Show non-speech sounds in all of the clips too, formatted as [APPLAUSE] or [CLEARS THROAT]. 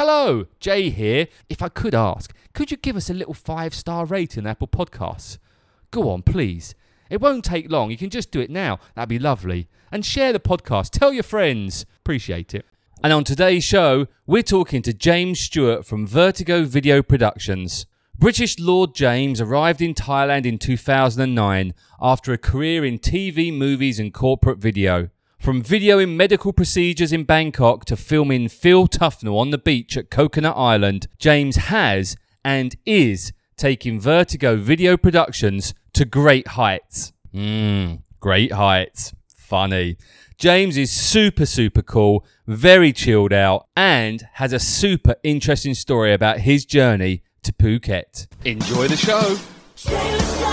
Hello, Jay here. If I could ask, could you give us a little five star rating on Apple Podcasts? Go on, please. It won't take long. You can just do it now. That'd be lovely. And share the podcast. Tell your friends. Appreciate it. And on today's show, we're talking to James Stewart from Vertigo Video Productions. British Lord James arrived in Thailand in 2009 after a career in TV, movies, and corporate video. From videoing medical procedures in Bangkok to filming Phil Tufnell on the beach at Coconut Island, James has and is taking Vertigo Video Productions to great heights. Mmm, great heights. Funny. James is super, super cool, very chilled out, and has a super interesting story about his journey to Phuket. Enjoy the show.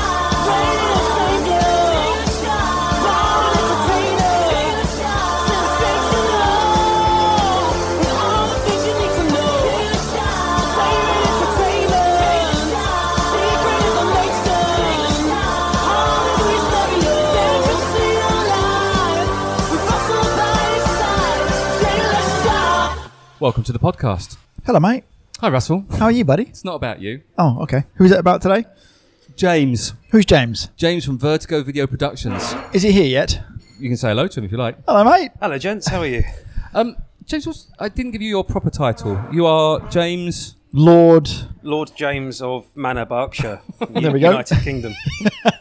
Welcome to the podcast. Hello, mate. Hi, Russell. How are you, buddy? It's not about you. Oh, okay. Who's it about today? James. Who's James? James from Vertigo Video Productions. Is he here yet? You can say hello to him if you like. Hello, mate. Hello, gents. How are you? [LAUGHS] Um, James, what's, I didn't give you your proper title. You are James. Lord. Lord James of Manor, Berkshire, [LAUGHS] There we go. United [LAUGHS] Kingdom.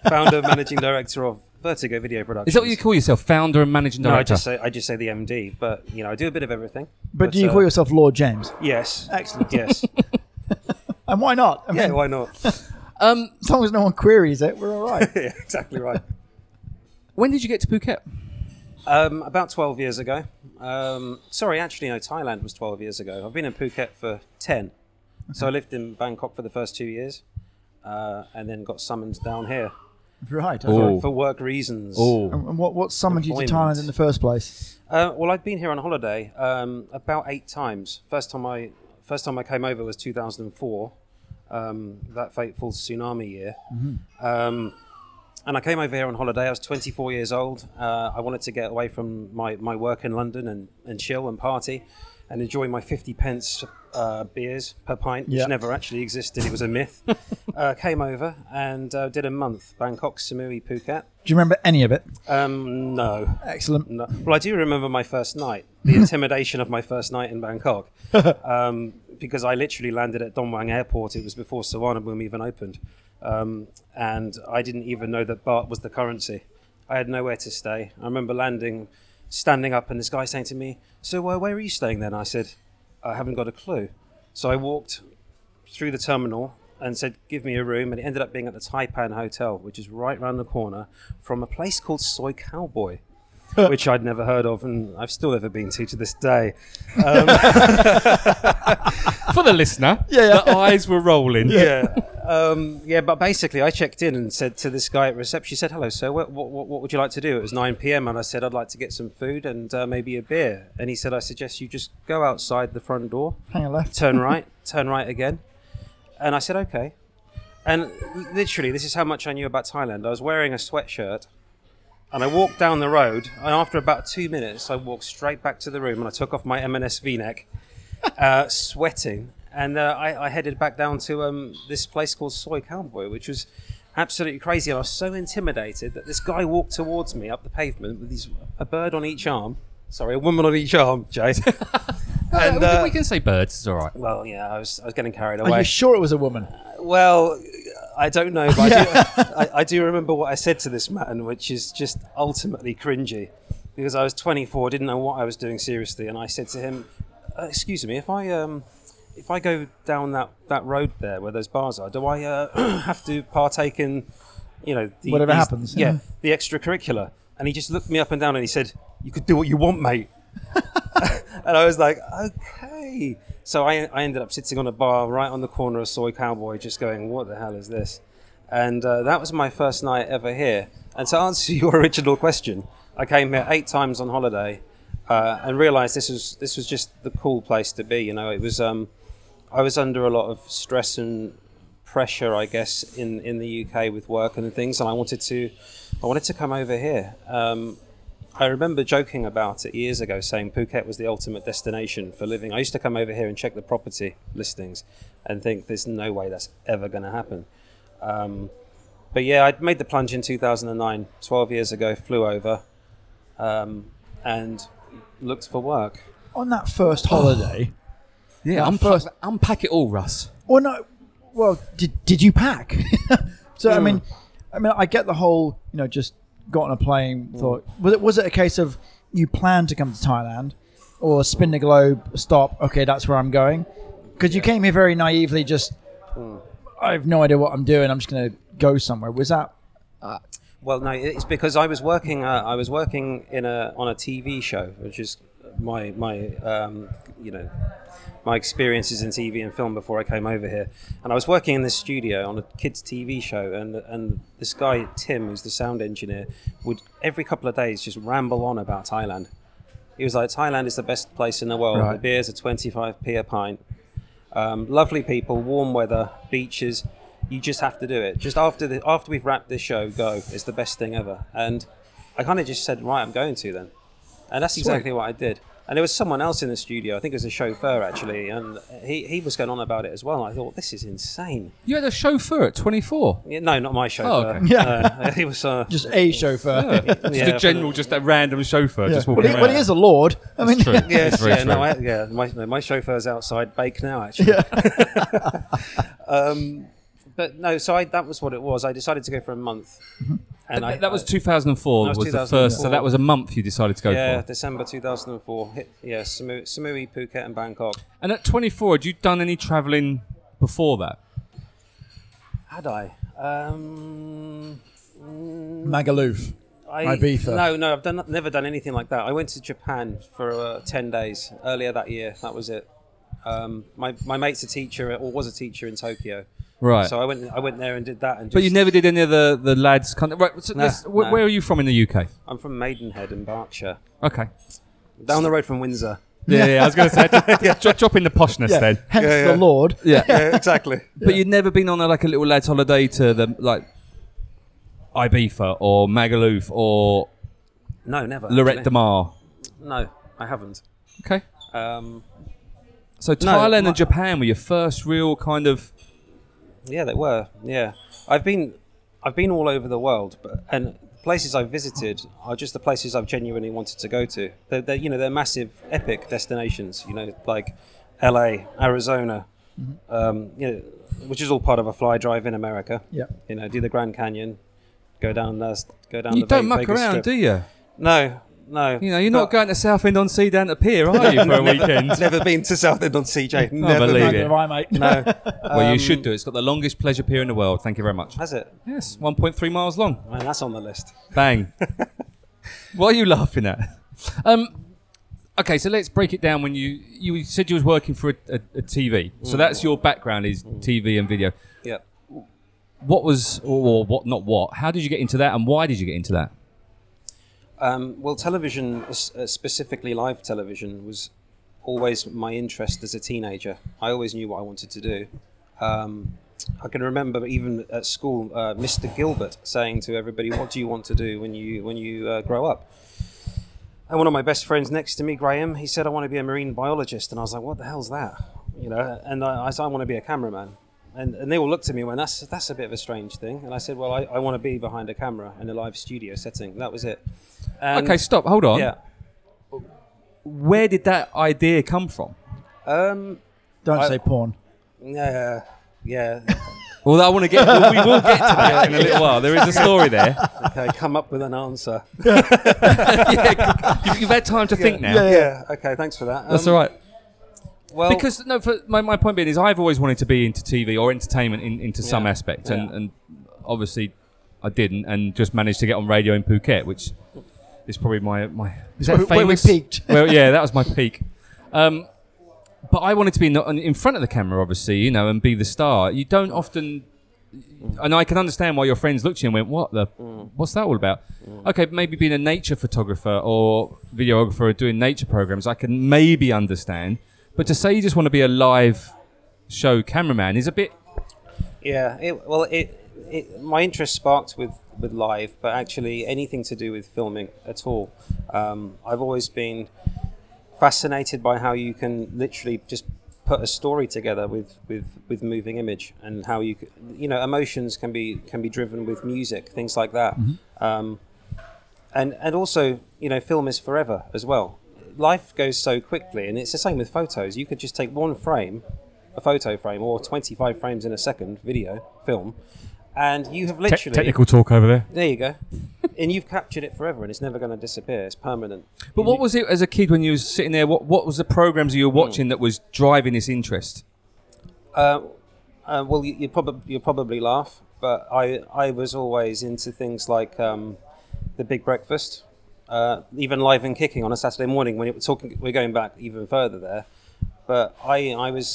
Founder, managing director of Vertigo Video Productions. Is that what you call yourself? Founder and managing No, director. I just say I just say the MD, but you know I do a bit of everything. uh, But do you call yourself Lord James? Yes, [LAUGHS] excellent. Yes, And why not? I yeah. mean, Why not? [LAUGHS] as long as no one queries it, we're all right. yeah, exactly right. when did you get to Phuket? Um, about twelve years ago. Um, sorry, actually, no. Thailand was twelve years ago. I've been in Phuket for ten. So I lived in Bangkok for the first two years, uh, and then got summoned down here right. Oh. Oh. for work reasons. And and what, what summoned you to Employment. Thailand in the first place? Uh, well, I'd been here on holiday um, about eight times. First time I first time I came over was 2004, um, that fateful tsunami year. Um, and I came over here on holiday. I was 24 years old. Uh, I wanted to get away from my, my work in London and, and chill and party and enjoy my 50 pence uh, beers per pint, which Yeah. never actually existed. It was a myth. uh, came over and uh, did a month Bangkok, Samui, Phuket. Do you remember any of it? Um, no. Excellent. No. Well, I do remember my first night, the intimidation of my first night in Bangkok, um, because I literally landed at Dongwang Airport. It was before Sawarnabhum even opened, um, and I didn't even know that baht was the currency. I had nowhere to stay. I remember landing, standing up, and this guy saying to me, "So, uh, where are you staying then?" I said, "I haven't got a clue." So I walked through the terminal and said, "Give me a room," and it ended up being at the Taipan Hotel, which is right round the corner from a place called Soy Cowboy, which I'd never heard of, and I've still never been to to this day. For [LAUGHS] the listener, Yeah, yeah. the eyes were rolling. Yeah, um, yeah. But basically, I checked in and said to this guy at reception, "She said, hello, sir. What, what, what what would you like to do?" It was 9 p.m., and I said, "I'd like to get some food and uh, maybe a beer." And he said, "I suggest you just go outside the front door." Hang on left. [LAUGHS] turn right, turn right again. And I said, okay. And literally, this is how much I knew about Thailand. I was wearing a sweatshirt and I walked down the road. And after about two minutes, I walked straight back to the room and I took off my M&S [LAUGHS] v-neck, uh, sweating. And uh, I, I headed back down to um, this place called Soy Cowboy, which was absolutely crazy. And I was so intimidated that this guy walked towards me up the pavement with his, a bird on each arm. Sorry, a woman on each arm, [LAUGHS] Jade. Uh, and, we- uh, we can say birds. It's all right. well, yeah, I was, I was getting carried Are away. you sure it was a woman? Well, I don't know, but I, do, [LAUGHS] I, I do remember what I said to this man, which is just ultimately cringy, because I was 24, didn't know what I was doing seriously, and I said to him, uh, "Excuse me, if I um, if I go down that, that road there where those bars are, do I uh, [CLEARS THROAT] have to partake in, you know, the, Whatever these- happens, yeah, yeah. the extracurricular?" And he just looked me up and down, and he said, "You could do what you [LAUGHS] want, mate." And I was like, okay. So I, I ended up sitting on a bar right on the corner of Soy Cowboy, just going, what the hell is this? And uh, that was my first night ever here. And to answer [LAUGHS] your original question, I came here eight times on holiday uh, and realized this was, this was just the cool place to be. You know, it was, um, I was under a lot of stress and pressure, I guess, in, in the UK with work and things. And I wanted to, I wanted to come over here. Um, I remember joking about it years ago, saying Phuket was the ultimate destination for living. I used to come over here and check the property listings, and think there's no way that's ever going to happen. Um, but yeah, I made the plunge in 2009, 12 years ago. Flew over, um, and looked for work. On that first holiday, Yeah, I'm unpack, unpack it all, Russ. Well, no. Well, did did you pack? [LAUGHS] so I mean, I mean, I get the whole you know just got on a plane. Thought was it was it a case of you planned to come to Thailand or spin the globe? Stop. Okay, that's where I'm going. Because you came here very naively. Just Hmm. I have no idea what I'm doing. I'm just gonna go somewhere. Was that? Well, no, it's because I was working. Uh, I was working in a on a TV show, which is my my um, you know my experiences in TV and film before I came over here. And I was working in this studio on a kids' TV show, and and this guy Tim, who's the sound engineer, would every couple of days just ramble on about Thailand. He was like, "Thailand is the best place in the world. The Right. beers are twenty five p a pint. Um, lovely people, warm weather, beaches. You just have to do it. Just after the after we've wrapped this show, go. It's the best thing ever. And I kind of just said, right, I'm going to then, and that's exactly what I did. And there was someone else in the studio. I think it was a chauffeur actually, and he, he was going on about it as well. I thought this is insane. You had a chauffeur at 24. Yeah, no, not my chauffeur. okay. Yeah. Uh, [LAUGHS] he was. Uh, Just a chauffeur. Just yeah, a general, just a random chauffeur just Well, walking he, around. well, he is a lord. I mean, True. It's Yes, very yeah, true. no, I, yeah. My, no, my chauffeur's outside bake now, actually. [LAUGHS] um, but no, so I, that was what it was. I decided to go for a month, and I, Th- that was I- 2004 Mm-hmm. That was, was the first, so 2004. that was a month you decided to go yeah, for. December 2004. Hit, yeah, Samui, Samui, Phuket, and Bangkok. And at 24, had you done any travelling before that? Had I? Um, mm, [LAUGHS] Magaluf. I Ibiza. No, no, I've done never done anything like that. I went to Japan for uh, ten days earlier that year. That was it. Um, my my mate's a teacher or was a teacher in Tokyo. Right. So I went I went there and did that and just but you never did any of the, the lads' kind of- Right, so No, let's- wh- no. Where are you from in the UK? I'm from Maidenhead in Berkshire. Okay. Down the road from Windsor. Yeah, yeah, I was going to say, yeah. drop, drop in the poshness Yeah. then. Hence Yeah, the yeah. lord. [LAUGHS] Yeah. Yeah, [LAUGHS] exactly. But you'd never been on a, like a little lads' holiday to the like Ibiza or Magaluf or No, never. Lorette de actually. Mar. No, I haven't. Okay. Um, So No, Thailand my- and Japan were your first real kind of. yeah, they were. Yeah, I've been, I've been all over the world, but and places I've visited are just the places I've genuinely wanted to go to. They're, they're you know they're massive, epic destinations. You know, like L.A., Arizona, um, you know, which is all part of a fly drive in America. Yeah. You know, do the Grand Canyon, go down there, go down. You the don't Ve- muck Vegas around, Strip. do you? No, no. You know, you're But- not going to Southend on Sea down to Pier, [LAUGHS] are you, for a weekend? Never been to Southend on CJ. Never believe been. it. Neither have I, mate. No. well, you Um, should do. it. It's got the longest pleasure pier in the world. Thank you very much. Has it? Yes, 1.3 miles long. Man, that's on the list. Bang. [LAUGHS] what are you laughing at? Um, okay, so let's break it down. When you you said you was working for a, a, a TV, so that's your background is TV and video. Yeah. What was or, or what not what? How did you get into that, and why did you get into that? Um, well, television, s- uh, specifically live television, was always my interest as a teenager. I always knew what I wanted to do. Um, I can remember even at school, uh, Mr. Gilbert saying to everybody, "What do you want to do when you when you uh, grow up?" And one of my best friends next to me, Graham, he said, "I want to be a marine biologist," and I was like, "What the hell's that?" You know, and I, I said, "I want to be a cameraman." And, and they all looked at me and went, that's, that's a bit of a strange thing. And I said, well, I, I want to be behind a camera in a live studio setting. That was it. And Okay, stop. Hold on. yeah. Where did that idea come from? Um. [LAUGHS] Don't I- say porn. Yeah. Yeah. Well, I want to get. we will get to that in a little while. There is a story there. [LAUGHS] Okay. Come up with an answer. yeah, you've, you've had time to think now. Yeah. Okay. Thanks for that. That's Um, all right. Well, because no, for my, my point being is I've always wanted to be into TV or entertainment in, into some Yeah. aspect, and, Yeah. and obviously I didn't, and just managed to get on radio in Phuket, which is probably my my is where we- where we famous? peaked. [LAUGHS] well, yeah, that was my peak. Um, but I wanted to be in, the- in front of the camera, obviously, you know, and be the star. You don't often, and I can understand why your friends looked at you and went, "What the? What's that all about?" Okay, maybe being a nature photographer or videographer or doing nature programs, I can maybe understand. But to say you just want to be a live show cameraman is a bit yeah. It, well, it, it my interest sparked with with live, but actually anything to do with filming at all. Um, I've always been fascinated by how you can literally just put a story together with with with moving image and how you c- you know emotions can be can be driven with music things like that Mm-hmm. um, and and also you know film is forever as well life goes so quickly and it's the same with photos you could just take one frame a photo frame or 25 frames in a second video film and you have Te- literally technical talk over there. there you go and you've captured it forever and it's never going to disappear it's permanent But what was it as a kid when you was sitting there? What what was the programs Hmm. you were watching that was driving this interest? Uh, uh, well, you, you probably you probably laugh, but I I was always into things like um, the Big Breakfast, uh, even live and kicking on a Saturday morning. When it, we're talking, we're going back even further there, but I I was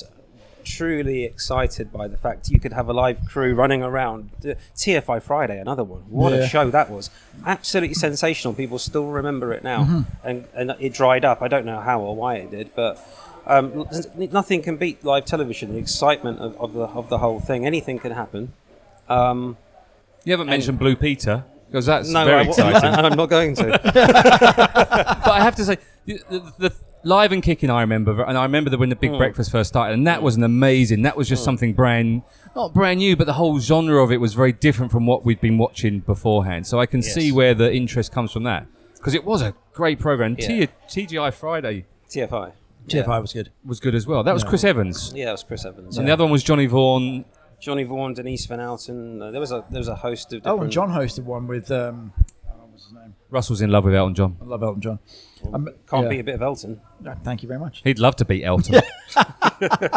truly excited by the fact you could have a live crew running around Uh, TFI Friday another one what Yeah. a show that was absolutely sensational people still remember it now Mm-hmm. and, and it dried up I don't know how or why it did but um, n- nothing can beat live television the excitement of, of, the, of the whole thing anything can happen um, You haven't mentioned Blue Peter because that's no very I, wa- [LAUGHS] exciting. and I'm not going to but I have to say, the, the, the live and kicking I remember, and I remember that when the Big Hmm. Breakfast first started, and that was an amazing. That was just something brand, not brand new, but the whole genre of it was very different from what we'd been watching beforehand. So I can see Yes. where the interest comes from that because it was a great program. T- TGI Friday TFI TFI was good. was good as well. That was Chris Evans, yeah it was Chris Evans and the other one was Johnny Vaughan. Johnny Vaughan Denise Van Outen uh, there was a there was a host of different Elton Oh, John hosted one with. Um, oh, what's his name? Russell's in love with Elton John. I love Elton John. Um, can't yeah. be a bit of Elton No, Thank you very much. He'd love to beat Elton. I'd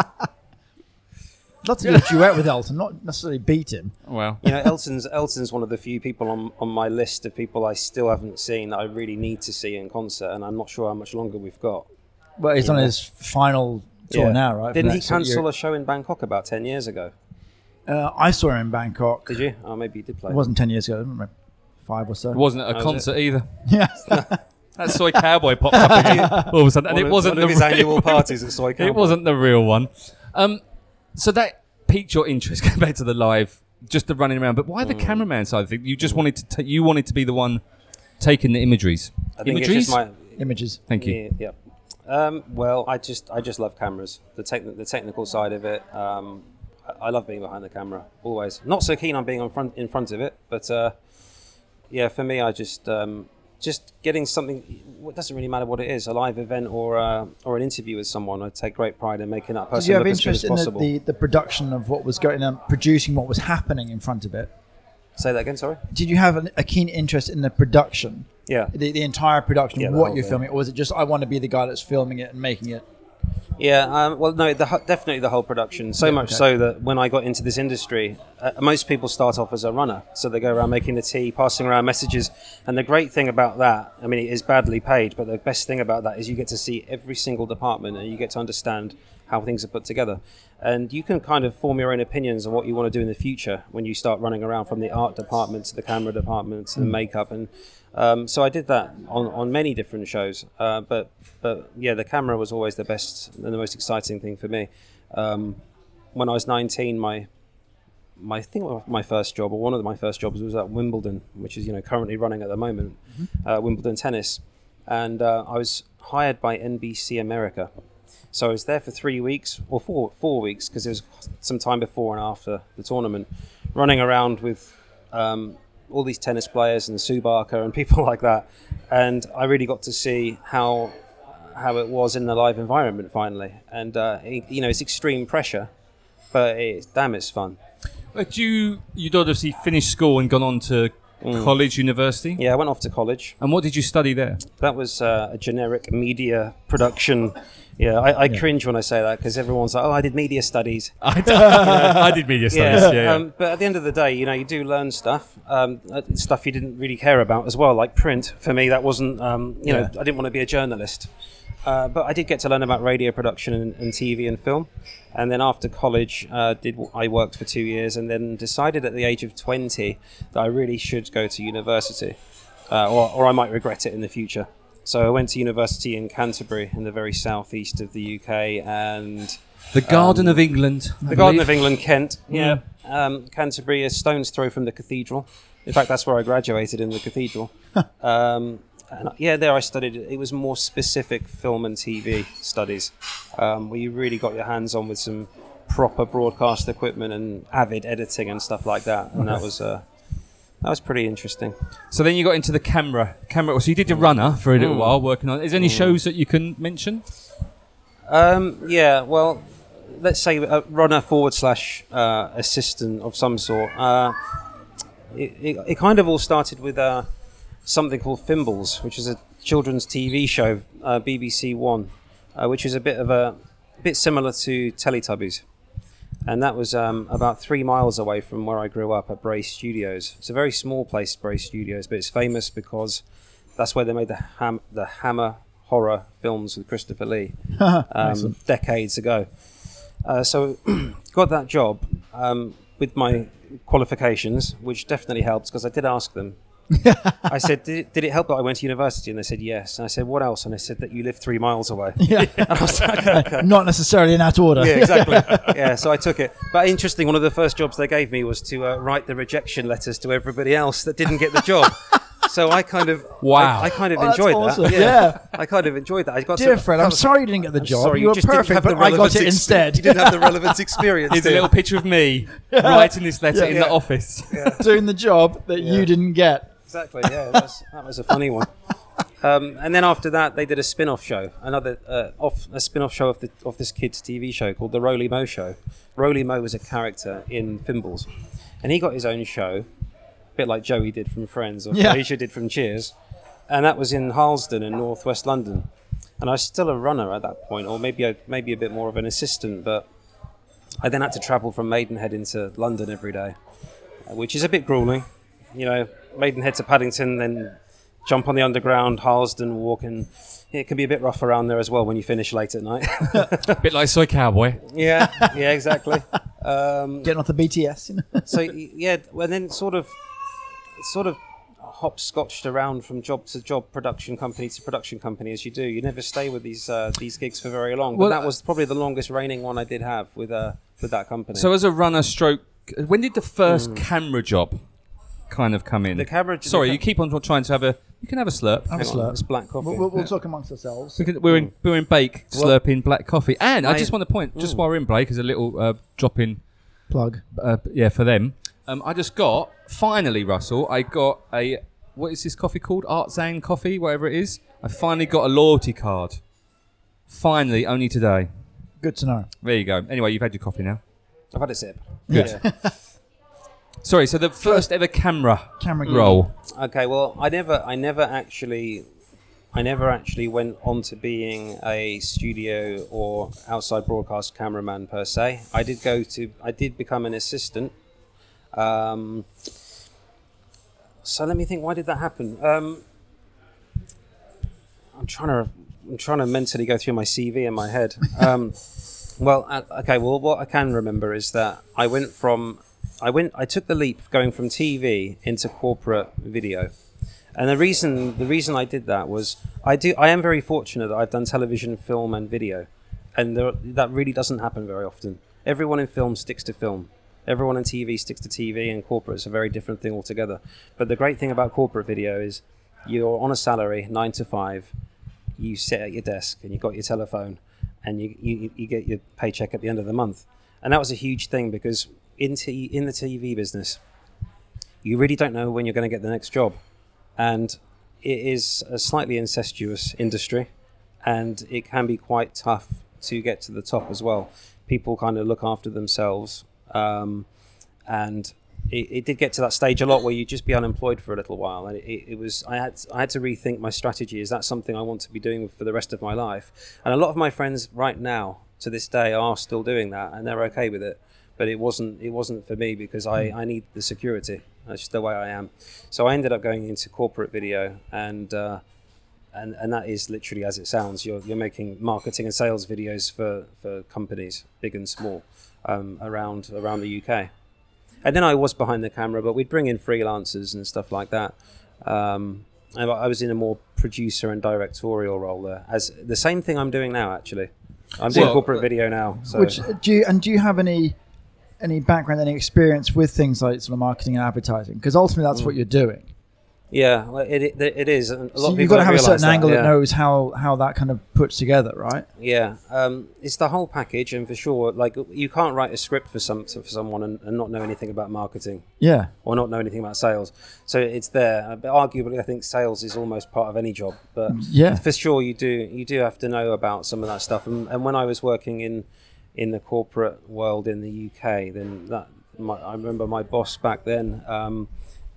love to [LAUGHS] do a duet with Elton, not necessarily beat him. [LAUGHS] well, You know, Elton's [LAUGHS] Elton's one of the few people on, on my list of people I still haven't seen that I really need to see in concert, and I'm not sure how much longer we've got. Well, he's on his final tour Yeah. now, right? for Didn't he next year. cancel a show in Bangkok about ten years ago? Uh, I saw him in Bangkok. Did you? Oh, maybe you did play. It wasn't ten years ago. I don't remember, five or so. it wasn't at a was it? concert either. [LAUGHS] [LAUGHS] Yeah. That soy cowboy popped up again [LAUGHS] all of a sudden, and One it of- wasn't one of the his real annual parties at [LAUGHS] Soy [LAUGHS] It Cowboy. wasn't the real one. Um, so that piqued your interest [LAUGHS] going back to the live, just the running around. But why Mm. the cameraman side of thing? You just wanted to ta- you wanted to be the one taking the imageries. I think it's Imageries. just my Images. Thank you. yeah. yeah. Um, well, I just I just love cameras. The techni- the technical side of it. Um, I I love being behind the camera always. Not so keen on being on front in front of it, but uh, yeah, for me, I just um, just getting something. It doesn't really matter what it is, a live event or uh, or an interview with someone. I take great pride in making that Did person you have look as good interest as in the, possible. the, the production of what was going on, producing what was happening in front of it? Say that again. Sorry. Did you have an, a keen interest in the production, Yeah. the, the entire production, Yeah, of the what whole you're thing. filming, or was it just I want to be the guy that's filming it and making it? Yeah, um, well, no, the, hu- definitely the whole production. So much okay. so that when I got into this industry, uh, most people start off as a runner. So they go around making the tea, passing around messages. And the great thing about that, I mean, it is badly paid, but the best thing about that is you get to see every single department and you get to understand how things are put together. And you can kind of form your own opinions on what you want to do in the future when you start running around from the art department to the camera department to the makeup. And um, so I did that on, on many different shows. Uh, but, but yeah, the camera was always the best and the most exciting thing for me. Um, when I was 19, my my I think my first job or one of my first jobs was at Wimbledon, which is you know currently running at the moment, uh, Wimbledon tennis, and uh, I was hired by NBC America, so I was there for three weeks or four four weeks because it was some time before and after the tournament, running around with um, all these tennis players and Subarka and [LAUGHS] people like that, and I really got to see how how it was in the live environment finally, and uh, it- you know it's extreme pressure, but it's damn it's fun. But you you'd obviously finished school and gone on to college, university. Mm. Yeah, I went off to college. And what did you study there? That was uh, a generic media production. Yeah, I, I cringe when I say that because everyone's like, "Oh, I did media studies." [LAUGHS] I, d- I did [LAUGHS] media studies. Yeah, yeah. Um, but at the end of the day, you know, you do learn stuff, um, uh, stuff you didn't really care about as well, like print. For me, that wasn't. Um, you know, I didn't want to be a journalist. Uh, but I did get to learn about radio production and, and TV and film, and then after college, uh, did I worked for two years, and then decided at the age of twenty that I really should go to university uh, or, or I might regret it in the future. So I went to university in Canterbury, in the very southeast of the UK, and the Garden um, of England. the Garden of England, Kent. Yeah. Um, Canterbury is stone's throw from the cathedral. In fact, that's where I graduated in the cathedral. um, and yeah, there I studied. It was more specific film and TV studies, um, where you really got your hands on with some proper broadcast equipment and avid editing and stuff like that. And that was uh, that was pretty interesting. So then you got into the camera, camera. So you did the runner for a little Mm. while, working on. Is there any shows that you can mention? Um, yeah, well, let's say a runner forward slash uh, assistant of some sort. Uh, it, it, it kind of all started with uh, something called Fimbles, which is a children's TV show, uh, BBC One, uh, which is a bit of a bit similar to Teletubbies. And that was um, about three miles away from where I grew up at Bray Studios. It's a very small place, Bray Studios, but it's famous because that's where they made the, ham- the Hammer horror films with Christopher [LAUGHS] Lee um, Excellent. decades ago. Uh, so [CLEARS THROAT] got that job um, with my qualifications, which definitely helped because I did [LAUGHS] ask them. I said, did it, did it help that I went to university? And they said, yes. And I said, what else? And they said that you live three miles away. Yeah. [LAUGHS] And I was like, okay. Not necessarily in that [LAUGHS] order. Yeah, exactly. yeah, so I took it. But interesting, one of the first jobs they gave me was to uh, write the rejection letters to everybody else that didn't get [LAUGHS] the job. so I kind of Wow. I, I kind of Oh, that's enjoyed awesome. that. Yeah. I kind of enjoyed that. I got Dear to, Fred, that I'm was- sorry you didn't get the I'm job. sorry, you were just didn't perfect, have the but I got relevant it ex- instead. You didn't have the relevant experience. Here's a to- little picture of [LAUGHS] me writing this letter Yeah. in Yeah. the office. [LAUGHS] doing the job that you Yeah. didn't [LAUGHS] get. Exactly. Yeah, that was, that was a funny one. Um, and then after that, they did a spin-off show, another uh, off a spin-off show of the of this kid's TV show called the Roly Mo Show. Roly Mo was a character in Fimbles, and he got his own show, a bit like Joey did from Friends or Yeah. Frasier did from Cheers, and that was in Harlesden in northwest London. And I was still a runner at that point, or maybe a, maybe a bit more of an assistant, but I then had to travel from Maidenhead into London every day, uh, which is a bit grueling. You know, Maidenhead to Paddington, then jump on the underground, Harlesden walk, and it can be a bit rough around there as well when you finish late at night. [LAUGHS] [LAUGHS] A bit like Soy Cowboy. yeah, yeah, exactly. Um, Getting off the BTS. You know? so y- yeah, and then sort of, sort of hopscotched around from job to job, production company to production company, as you do. You never stay with these uh, these gigs for very long. Well, uh, but I- that was probably the longest reigning one I did have with uh, with that company. So as a runner stroke, when did the first camera job kind of come in? the camera. the Sorry, ca- you keep on trying to have a. You can have a slurp. Have a hang on, slurp. It's black coffee. We'll, we'll, we'll talk amongst ourselves. We can- We're in, we're in bake, Well- slurping black coffee. And I Mm. I- just want to point, just while we're in break, is a little uh, drop in Plug. uh, yeah, for them. Um, I just got finally, Russell. I got a what is this coffee called? Artzan coffee, whatever it is. I finally got a loyalty card. Finally, only today. Good to know. There you go. Anyway, you've had your coffee now. I've had a sip. Good. Yeah. Sorry. So the first ever camera Camera Mm. gear. roll. okay. Well, I never, I never actually, I never actually went on to being a studio or outside broadcast cameraman per se. I did go to, I did become an assistant. Um, so let me think. Why did that happen? Um, I'm trying to, I'm trying to mentally go through my CV in my head. Um, well, uh, okay. Well, what I can remember is that I went from, I went, I took the leap going from TV into corporate video, and the reason, the reason I did that was I do, I am very fortunate that I've done television, film, and video, and there, that really doesn't happen very often. Everyone in film sticks to film. Everyone in TV sticks to TV, and corporate is a very different thing altogether. But the great thing about corporate video is you're on a salary, nine to five. You sit at your desk and you've got your telephone, and you, you, you get your paycheck at the end of the month. And that was a huge thing because in, t- in the TV business, you really don't know when you're going to get the next job. And it is a slightly incestuous industry, and it can be quite tough to get to the top as well. People kind of look after themselves. Um, and it, it did get to that stage a lot where you'd just be unemployed for a little while and it, it, it was I had I had to rethink my strategy is that something I want to be doing for the rest of my life and a lot of my friends right now to this day are still doing that and they're okay with it but it wasn't it wasn't for me because I, I need the security that's just the way I am so I ended up going into corporate video and uh, and and that is literally as it sounds. You're you're making marketing and sales videos for for companies, big and small, um, around around the UK. And then I was behind the camera, but we'd bring in freelancers and stuff like that. Um, and I I was in a more producer and directorial role there, as the same thing I'm doing now. Actually, I'm doing uh, Well, corporate video now. So Which do you and do you have any any background, any experience with things like sort of marketing and advertising? Because ultimately, that's what you're doing. Yeah, well, it, it, it is. and Mm. A So lot of you've people got to don't have a realise certain angle that, that yeah. knows how how that kind of puts together, right? Yeah, um, it's the whole package, and for sure, like you can't write a script for some for someone and, and not know anything about marketing Yeah. or not know anything about sales. So it's there. Uh, But arguably, I think sales is almost part of any job. But Yeah. for sure, you do you do have to know about some of that stuff. And, and when I was working in in the corporate world in the UK, then that my, I remember my boss back then. Um,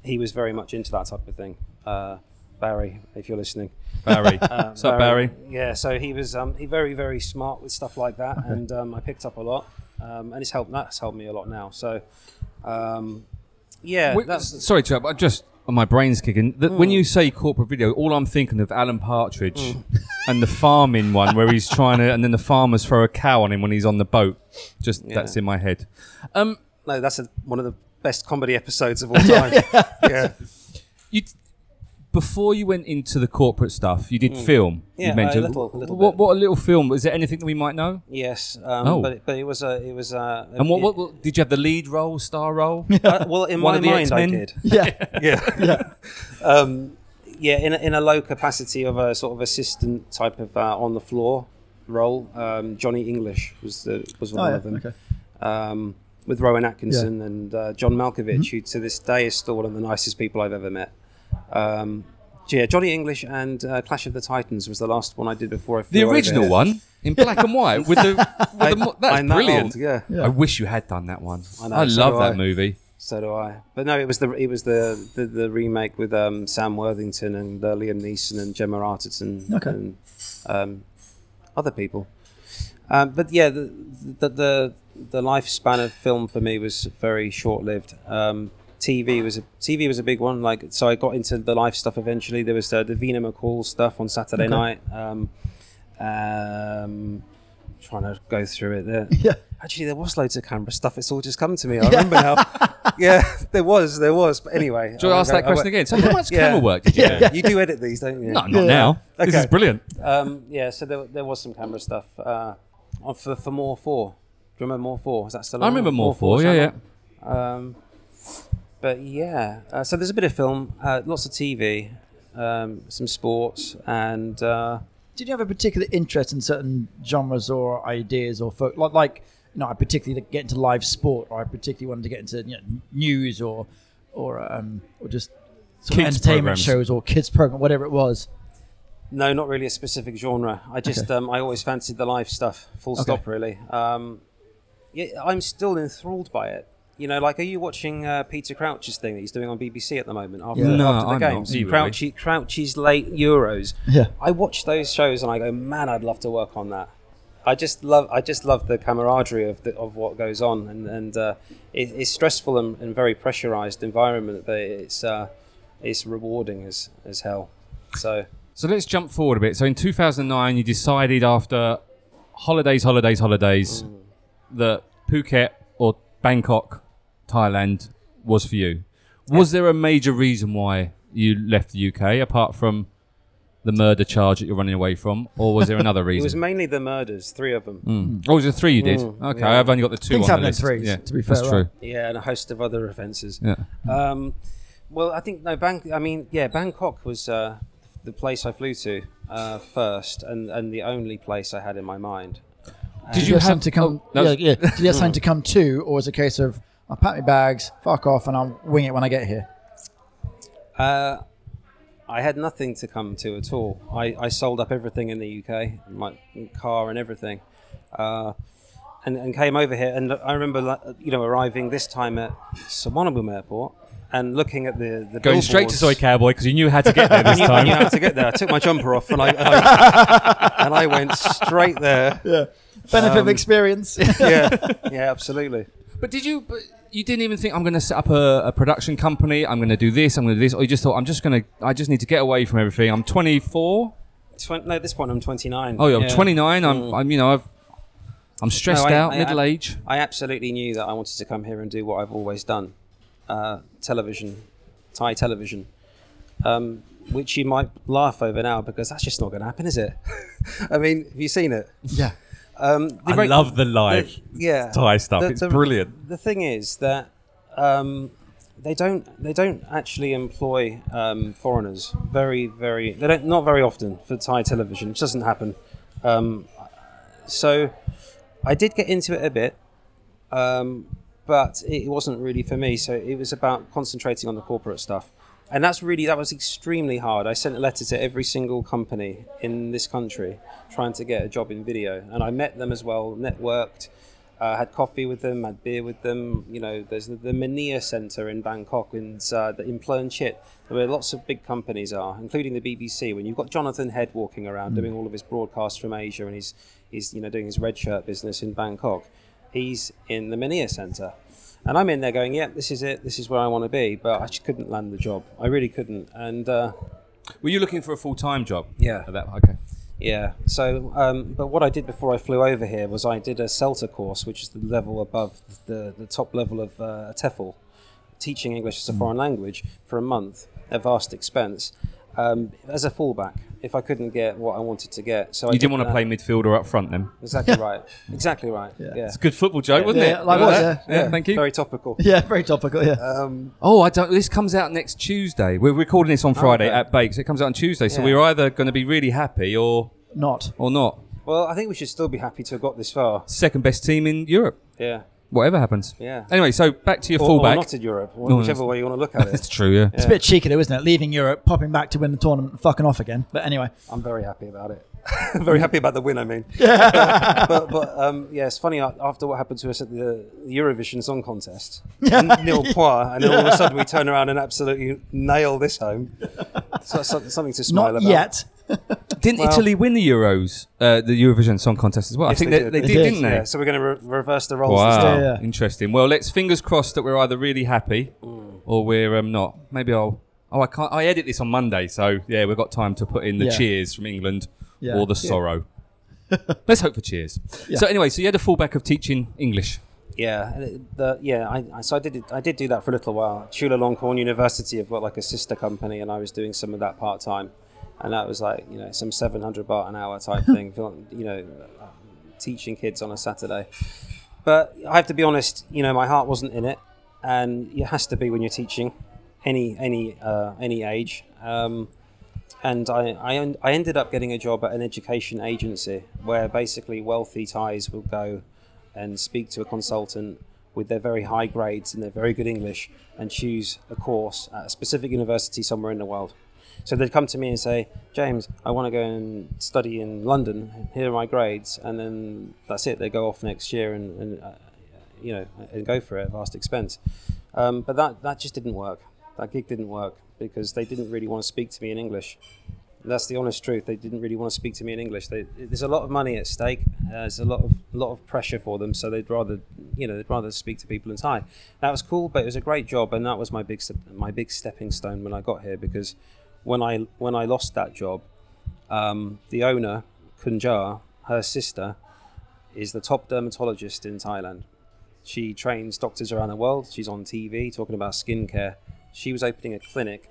he was very much into that type of thing. Uh, Barry, if you're listening. Barry. [LAUGHS] Uh, What's up, Barry? Yeah, so he was um, he very very smart with stuff like that, and um, I picked up a lot, um, and it's helped. That's helped me a lot now. So, um, yeah, Wait, that's Mm. sorry, Chubb, I just my brain's kicking. The, When you say corporate video, all I'm thinking of Alan Partridge [LAUGHS] and the farming one where he's trying to, and then the farmers throw a cow on him when he's on the boat. Just Yeah. that's in my head. Um, no, that's a, one of the best comedy [LAUGHS] episodes of all time. yeah. you before you went into the corporate stuff, you did film. Mm. Yeah, you a mentioned little- a little what bit. what a little film. Is there anything that we might know? Yes, um, Oh. but it, but it was a it was a And what, what, what did you have the lead role, star role? uh, well in [LAUGHS] One my of the mind I X-Men? did. [LAUGHS] Yeah. yeah, um, yeah. In a, in a low capacity of a sort of assistant type of uh, on the floor role, um, Johnny English was the, was oh, one of yeah. them. Okay. [LAUGHS] Um, with Rowan Atkinson and uh, John Malkovich, who to this day is still one of the nicest people I've ever met. Um, yeah, Johnny English and uh, Clash of the Titans was the last one I did before I flew The over original here. one in black and white with [LAUGHS] the, with the mo- that's I'm that brilliant. old, yeah. Yeah. I wish you had done that one. I, I know, so love do that I. movie. So do I. But no, it was the it was the the, the remake with um, Sam Worthington and uh, Liam Neeson and Gemma Arterton Okay. and um, other people. Um, but yeah, the, the the the lifespan of film for me was very short lived. Um, TV was a TV was a big one. Like so, I got into the life stuff eventually. There was uh, the Vina McCall stuff on Saturday Okay. night. Um, um, trying to go through it there. [LAUGHS] Yeah. Actually, there was loads of camera stuff. It's all just come to me. I remember [LAUGHS] now. yeah, there was, there was. But anyway, Do you I ask won't that go- I question won't- again? So how much camera work did you Yeah. do? you do edit these, don't you? No, not Yeah. now. This is Okay. brilliant. Um, yeah, so there, there was some camera stuff uh, on for for more four. Do you remember more four? Is that still? I on? remember more four. is Yeah, that yeah. on? Um, but yeah, uh, so there's a bit of film, uh, lots of TV, um, some sports, and uh, Did you have a particular interest in certain genres or ideas or folk like like you know I particularly get into live sport or I particularly wanted to get into you know, news or or um or just sort of Kids entertainment programs. shows or kids program whatever it was. No, not really a specific genre. I just um, I always fancied the live stuff. Full Okay. stop. Really. Um, yeah, I'm still enthralled by it. You know, like, are you watching uh, Peter Crouch's thing that he's doing on BBC at the moment after, Yeah. No, after the I'm not. games? Are you Crouchy, Crouchy's late Euros. Yeah. I watch those shows and I go, man, I'd love to work on that. I just love, I just love the camaraderie of the, of what goes on, and and uh, it, it's stressful and, and very pressurized environment, but it's uh, it's rewarding as as hell. So So let's jump forward a bit. So in 2009, you decided after holidays, holidays, holidays, Mm. that Phuket or Bangkok, Thailand was for you. Was there a major reason why you left the UK apart from the murder charge that you're running away from, or [LAUGHS] was there another It was reason? mainly the murders, three of them. Mm. Oh, was it three you did? Mm, okay, yeah. I've only got the two. Things on the happen in list. threes, Yeah, to be that's fair, true. Yeah, and a host of other offences. Yeah. Um, well, I think no Bang. I mean, yeah, Bangkok was uh, the place I flew to uh, first, and, and the only place I had in my mind. Did you have something to come? oh, that yeah, was- yeah. Did you have something to come to, or was it a case of I'll pack my bags, fuck off, and I'll wing it when I get here? Uh, I had nothing to come to at all. I, I sold up everything in the UK, my car and everything, uh, and, and came over here. And I remember, like, you know, arriving this time at Suvarnabhumi Airport and looking at the, the Going straight to billboards. Soy Cowboy because you knew how to get there [LAUGHS] this I knew- I time. knew how to get there. I took my jumper off and I, and I, and I went straight there. Yeah. Benefit of Um, experience. Yeah, yeah, absolutely. But did you? But you didn't even think I'm going to set up a, a production company. I'm going to do this. I'm going to do this. Or you just thought I'm just going to. I just need to get away from everything. I'm 24. Twen- no, at this point I'm 29. Oh yeah, I'm Yeah. 29. I'm. Mm. I'm. You know. I've. I'm stressed No, I- out. I- middle I- age. I absolutely knew that I wanted to come here and do what I've always done uh, television, Thai television, um, which [LAUGHS] you might laugh over now because that's just not going to happen, is it? I mean, have you seen it? yeah. Um, the I reg- love the live yeah, Thai stuff. The- It's the- brilliant. The thing is that um, they don't they don't actually employ um, foreigners very very they don't not very often for Thai television. It doesn't happen. Um, so I did get into it a bit, um, but it wasn't really for me. So it was about concentrating on the corporate stuff. And that's really that was extremely hard. I sent a letter to every single company in this country trying to get a job in video, and I met them as well, networked, uh, had coffee with them, had beer with them. You know, there's the, the Mania Centre in Bangkok, in uh, the- in Plern Chit, where lots of big companies are, including the BBC. When you've got Jonathan Head walking around doing all of his broadcasts from Asia, and he's he's you know doing his red shirt business in Bangkok, he's in the Mania Centre. And I'm in there going, yeah, this is it. This is where I want to be. But I just couldn't land the job. I really couldn't. And uh, Were you looking for a full time job? Yeah. At that, okay. yeah. So, um, but what I did before I flew over here was I did a CELTA course, which is the level above the, the top level of uh, TEFL, teaching English Mm. as a foreign language for a month at vast expense um, as a fallback if I couldn't get what I wanted to get. So I You didn't did want to that. play midfield or up front then? [LAUGHS] [LAUGHS] Exactly right. Exactly right. Yeah. It's a good football joke, wasn't Yeah, it? like Look at that, that. Yeah, Thank you. Very topical. Yeah, very topical. Yeah. Um, Oh, I don't. This comes out next Tuesday. We're recording this on Friday Oh, okay. at Bakes. It comes out on Tuesday, so Yeah. we're either going to be really happy or Not. or not. well, I think we should still be happy to have got this far. Second best team in Europe. Yeah. Whatever happens. Yeah. Anyway, so back to your or, or fullback. not in Europe, or No, whichever way you want to look at [LAUGHS] That's it. true. Yeah. It's a bit cheeky, though, isn't it? Leaving Europe, popping back to win the tournament, and fucking off again. But anyway, I'm very happy about it. [LAUGHS] very happy about the win. [LAUGHS] I mean, [LAUGHS] but, but um, yeah, it's funny a- after what happened to us at the Eurovision Song Contest, [LAUGHS] nil point, and then all of a sudden we turn around and absolutely nail this home. So that's some- something to smile not about. yet. Didn't Well- Italy win the Euros, uh, the Eurovision Song Contest as well? I Yes, think they they, did. they They did, did, didn't they? Yeah, so we're going to re- reverse the roles. this Wow, time. Yeah, yeah. interesting. Well, let's fingers crossed that we're either really happy Mm. or we're um, not. Maybe I'll. Oh, I can't. I edit this on Monday, so yeah, we've got time to put in the Yeah. cheers from England Yeah. or the [LAUGHS] sorrow. let's hope for cheers. So anyway, so you had a fallback of teaching English. Yeah, and the, yeah. I, I so I did it- I did do that for a little while. Chulalongkorn University have got like a sister company, and I was doing some of that part time, and that was like you know some seven hundred baht an hour type thing. feel- You know, um, teaching kids on a Saturday. But I have to be honest. You know, my heart wasn't in it, and it has to be when you're teaching any any uh, any age. Um, and I, I, en- I ended up getting a job at an education agency where basically wealthy Thais will go and speak to a consultant with their very high grades and their very good English and choose a course at a specific university somewhere in the world. So they'd come to me and say, James, I want to go and study in London. Here are my grades. And then that's it. They go off next year and, and uh, you know, and go for it at vast expense. Um, but that, that just didn't work. That gig didn't work because they didn't really want to speak to me in English. That's the honest truth. They didn't really want to speak to me in English. They, there's a lot of money at stake. Uh, there's a lot of lot of pressure for them, so they'd rather, you know, they'd rather speak to people in Thai. That was cool, but it was a great job, and that was my big step- my big stepping stone when I got here because when I when I lost that job, um, the owner Kunjar, her sister, is the top dermatologist in Thailand. She trains doctors around the world. She's on TV talking about skincare. She was opening a clinic,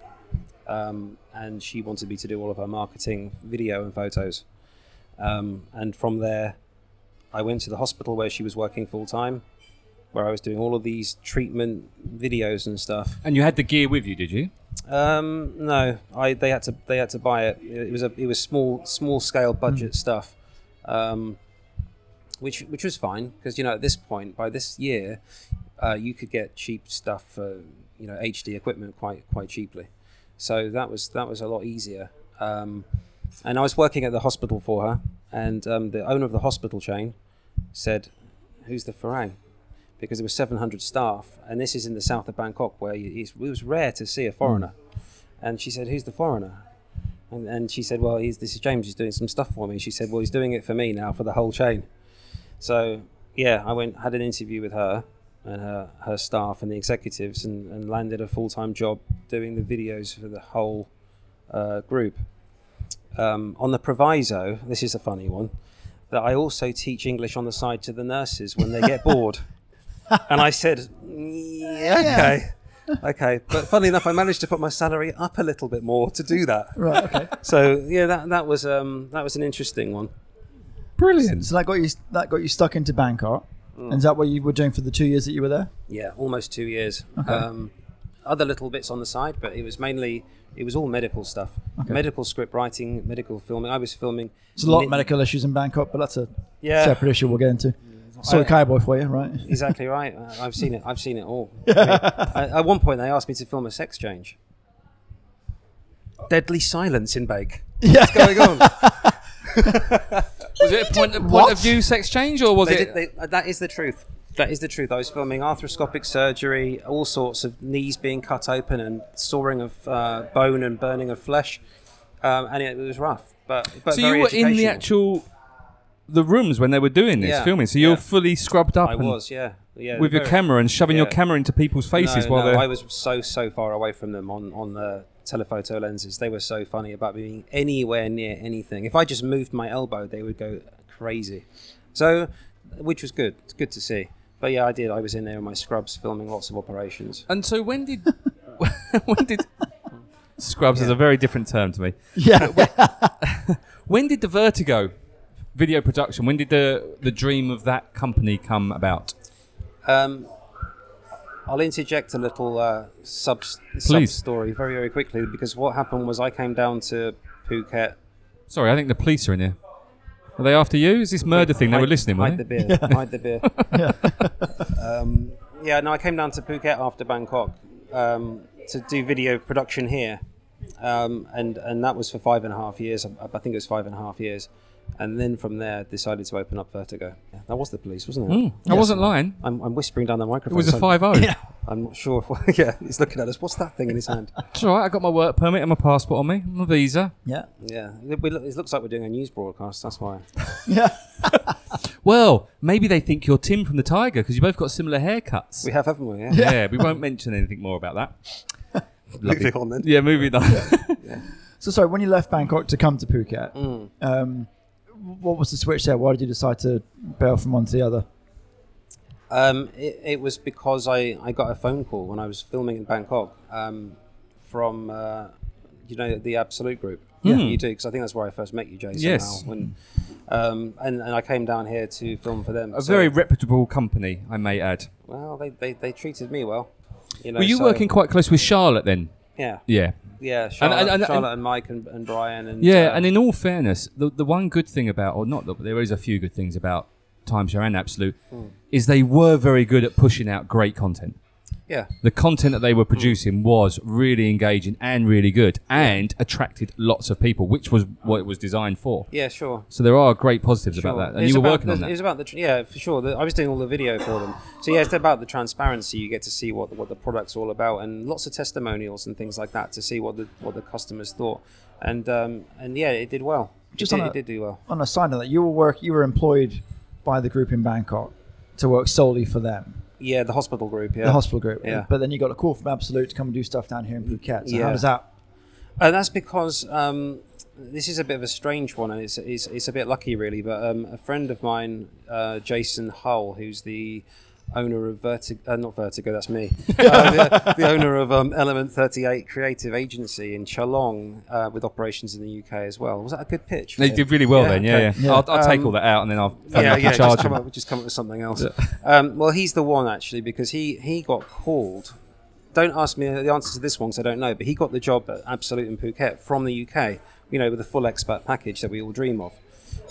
um, and she wanted me to do all of her marketing, video, and photos. Um, and from there, I went to the hospital where she was working full time, where I was doing all of these treatment videos and stuff. And you had the gear with you, did you? Um, no, I they had to they had to buy it. It was a it was small small scale budget stuff, um, which which was fine because you know at this point by this year, uh, you could get cheap stuff for you know HD equipment quite quite cheaply, so that was that was a lot easier. Um, and I was working at the hospital for her, and um, the owner of the hospital chain said, "Who's the Farang?" because there were 700 staff, and this is in the south of Bangkok, where you, it's, it was rare to see a foreigner. And she said, "Who's the foreigner?" And, and she said, "Well, he's, this is James. He's doing some stuff for me." She said, "Well, he's doing it for me now for the whole chain." So yeah, I went had an interview with her and her, her staff and the executives, and, and landed a full time job doing the videos for the whole uh, group. Um, on the proviso, this is a funny one, that I also teach English on the side to the nurses when they get bored. And I said, "Mm, yeah, okay. Okay. But funnily enough, I managed to put my salary up a little bit more to do that. Right. Okay. So yeah, that, that was um, that was an interesting one. Brilliant. So that got you that got you stuck into Bangkok. Mm. And is that what you were doing for the two years that you were there? Yeah, almost two years. Um, other little bits on the side, but it was mainly it was all medical stuff, medical script writing, medical filming. I was filming. There's a lot mi- of medical issues in Bangkok, but that's a Yeah. separate issue we'll get into. Sorry, I- cowboy for you, right? [LAUGHS] Exactly right. I- I've seen it. I've seen it all. I- at one point, they asked me to film a sex change. Deadly silence in Bake. [LAUGHS] Yeah. [LAUGHS] Going on. Was it a point, a point What? of view sex change or was They it? did- they- uh, that is the truth. That is the truth. I was filming arthroscopic surgery, all sorts of knees being cut open and sawing of uh, bone and burning of flesh, um, and it, was rough. But, but so very you were in the educational. actual the rooms when they were doing this Yeah, filming. So you're yeah. fully scrubbed up I and was, yeah, yeah. with your very- camera and shoving your yeah. camera into people's faces no, while no, they're. [LAUGHS] I was so so far away from them on on the telephoto lenses. They were so funny about being anywhere near anything. If I just moved my elbow, they would go crazy. So, which was good. It's good to see. But yeah, I did. I was in there in my scrubs filming lots of operations. and so when did [LAUGHS] when [LAUGHS] did scrubs is a very different term to me. yeah. When did the Vertigo video production? When did the the dream of that company come about? Um, I'll interject a little uh, sub sub Please. story very very quickly because what happened was I came down to Phuket. Sorry, I think the police are in here. Are they after you? Is this murder thing? They were Hide- listening, Hide weren't the they? beer. Hide the beer. um, yeah, no, I came down to Phuket after Bangkok um, to do video production here, um, and and that was for five and a half years. I, I think it was five and a half years, and then from there decided to open up Vertigo. Yeah, that was the police, wasn't it? Hmm, I wasn't lying. I'm, I'm whispering down the It microphone. was a so five oh. [LAUGHS] zero. yeah. I'm not sure. If, [LAUGHS] yeah, he's looking at us. What's that thing in [LAUGHS] his hand? It's all right. I got my work permit and my passport on me, my visa. Yeah. Yeah, it, we, look- it looks like we're doing a news broadcast. That's why. Yeah. Well, maybe they think you're Tim from the Tiger because you both got similar haircuts. We have, haven't we? Yeah. yeah. [LAUGHS] we won't mention anything more about that. Lovely. [LAUGHS] Moving on then. Yeah, moving on. So sorry, when you left Bangkok to come to Phuket, Mm. um, what was the switch there? Why did you decide to bail from one to the other? Um, it, it was because I, I got a phone call when I was filming in Bangkok um, from, uh, you know, the Absolute Group. Yeah, you do, because I think that's where I first met you, Jason. Hmm. Yes. Al, when, um, and, and I came down here to film for them. a so- very reputable company, I may add. well, they, they, they treated me well. You know, Were you so- working quite close with Charlotte then? Yeah, Yeah. yeah. Charlotte and- and, and- Charlotte and Mike and, and Brian and Yeah, uh, and in all fairness, the, the one good thing about, or not, that- there is a few good things about Timeshare and Absolute, is they were very good at pushing out great content. yeah, The content that they were producing was really engaging and really good and attracted lots of people, which was what it was designed for. yeah, sure. So there are great positives about Sure. that. And It's you were about working the, on that. It was about the tr- yeah, for sure. The- I was doing all the video for them. So yeah, it's about the transparency. You get to see what what the product's all about, and lots of testimonials and things like that to see what the what the customers thought. And um, and yeah, it did well. Just it, on did, a- it did do well. On a side note, you were work you were employed by the group in Bangkok to work solely for them, Yeah, the hospital group. Yeah, the hospital group. Yeah. But then you got a call from Absolute to come and do stuff down here in Phuket. So how Yeah. does that Uh, that's because um, this is a bit of a strange one, and it's it's, it's a bit lucky really. But um, a friend of mine, uh, Jason Hull, who's the owner of Vertigo, uh, not Vertigo, that's me, uh, the, the owner of um, Element Thirty Eight Creative Agency in Chalong, uh, with operations in the UK as well. Was that a good pitch? They for- did really well then, yeah. okay. yeah. Yeah. I'll, I'll take Um, all that out and then I'll Yeah, yeah. charge Just come, him. up, just come up with something else. Um, well, he's the one actually because he he got called. Don't ask me the answer to this one because I don't know. But he got the job at Absolute in Phuket from the UK. You know, with the full expat package that we all dream of.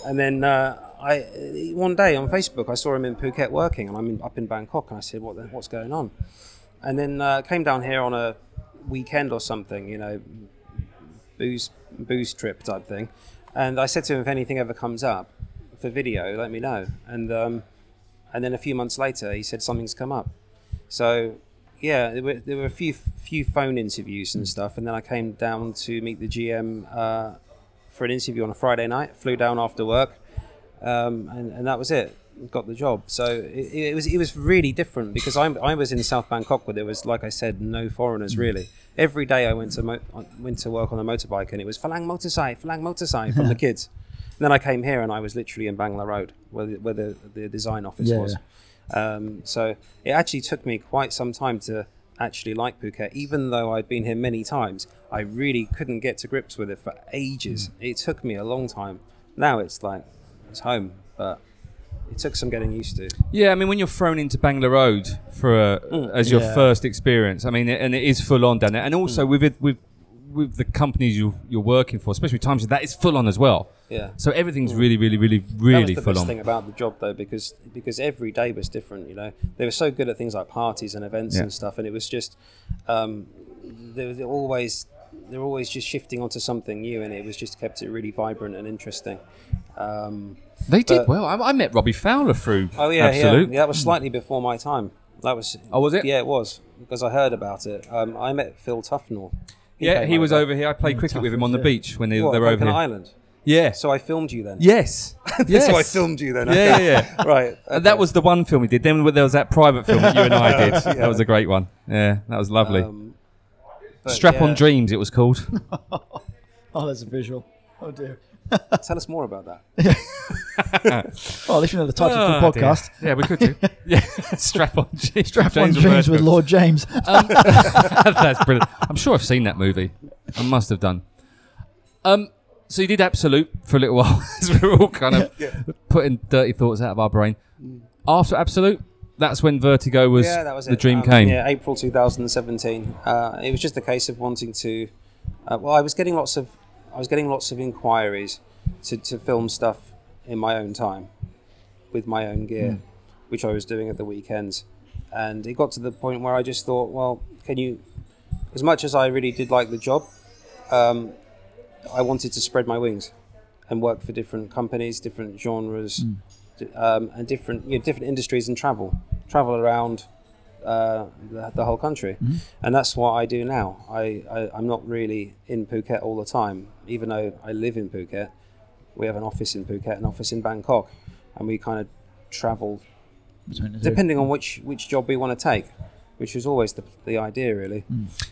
And then uh, I one day on Facebook I saw him in Phuket working, and I'm in, up in Bangkok, and I said, "What the, what's going on?" And then uh, came down here on a weekend or something. You know, booze booze trip type thing. And I said to him, if anything ever comes up for video, let me know. And um, and then a few months later, he said something's come up. So yeah, there were, there were a few few phone interviews and stuff. And then I came down to meet the GM uh, for an interview on a Friday night. Flew down after work, um, and, and that was it. Got the job. So it, it was it was really different because I I was in South Bangkok where there was like I said no foreigners really. Every day I went to mo- I went to work on a motorbike and it was Falang Motorsai, Falang Motorsai [LAUGHS] from the kids. And then I came here and I was literally in Bangla Road where the, where the, the design office Yeah, was. Um, so it actually took me quite some time to actually like Phuket, even though I'd been here many times. I really Hmm. couldn't get to grips with it for ages. It took me a long time. Now it's like it's home. but it took some getting used to. Yeah, I mean, when you're thrown into Bangla Road for a, Mm. as your Yeah. first experience, I mean, and it is full on down there, and Mm. also with it with with the companies you you're working for, especially with Times, that is full on as well. Yeah. Mm. So everything's really, really, really, really that was the full best on. thing about the job though because because every day was different you know they were so good at things like parties and events Yeah. and stuff and it was just um, they were always they're always just shifting onto something new and it was just kept it really vibrant and interesting um, They did But- well. I, I met Robbie Fowler through oh yeah Absolute. Hmm. yeah that was slightly before my time that was Oh, was it? yeah it was because I heard about it um, I met Phil Tufnell Yeah, came he was over. Mm. over here. I played cricket with him on the yeah. beach when they, What, they were over Coconut here. Island Yes. so I filmed you then [LAUGHS] Yes. yes. so I filmed you then [LAUGHS] Yeah, yeah, yeah. right And Uh, that okay. was the one film we did. Then there was that private film that you and [LAUGHS] I did. That was a great one. Yeah, that was lovely. Um, but Strap on yeah. Dreams, it was [LAUGHS] called. Oh, there's a visual. Oh dear. Tell us more about that. Well, at least you know the title of Oh, the podcast. dear. Yeah, we could [LAUGHS] do. Yeah, [LAUGHS] Strap on Dreams. Strap on dreams with [LAUGHS] Lord [LAUGHS] James. That's brilliant. I'm sure I've seen that movie. I must have done. Um, so you did Absolute for a little while [LAUGHS] as we were all kind of putting dirty thoughts out of our brain. After Absolute, that's when Vertigo was, Mm. yeah, that was the it. dream Um, came. Yeah, April 2017. Uh, it was just a case of wanting to. Uh, well, I was getting lots of, I was getting lots of inquiries to, to film stuff in my own time, with my own gear, Hmm. which I was doing at the weekends, and it got to the point where I just thought, well, can you? As much as I really did like the job, um, I wanted to spread my wings and work for different companies, different genres, Hmm. d- um, and different you know, different industries and travel, travel around uh, the, the whole country, and that's what I do now. I, I I'm not really in Phuket all the time, even though I live in Phuket. We have an office in Phuket, an office in Bangkok, and we kind of travel Between the [LAUGHS] two. depending on which which job we want to take, which is always the, the idea really.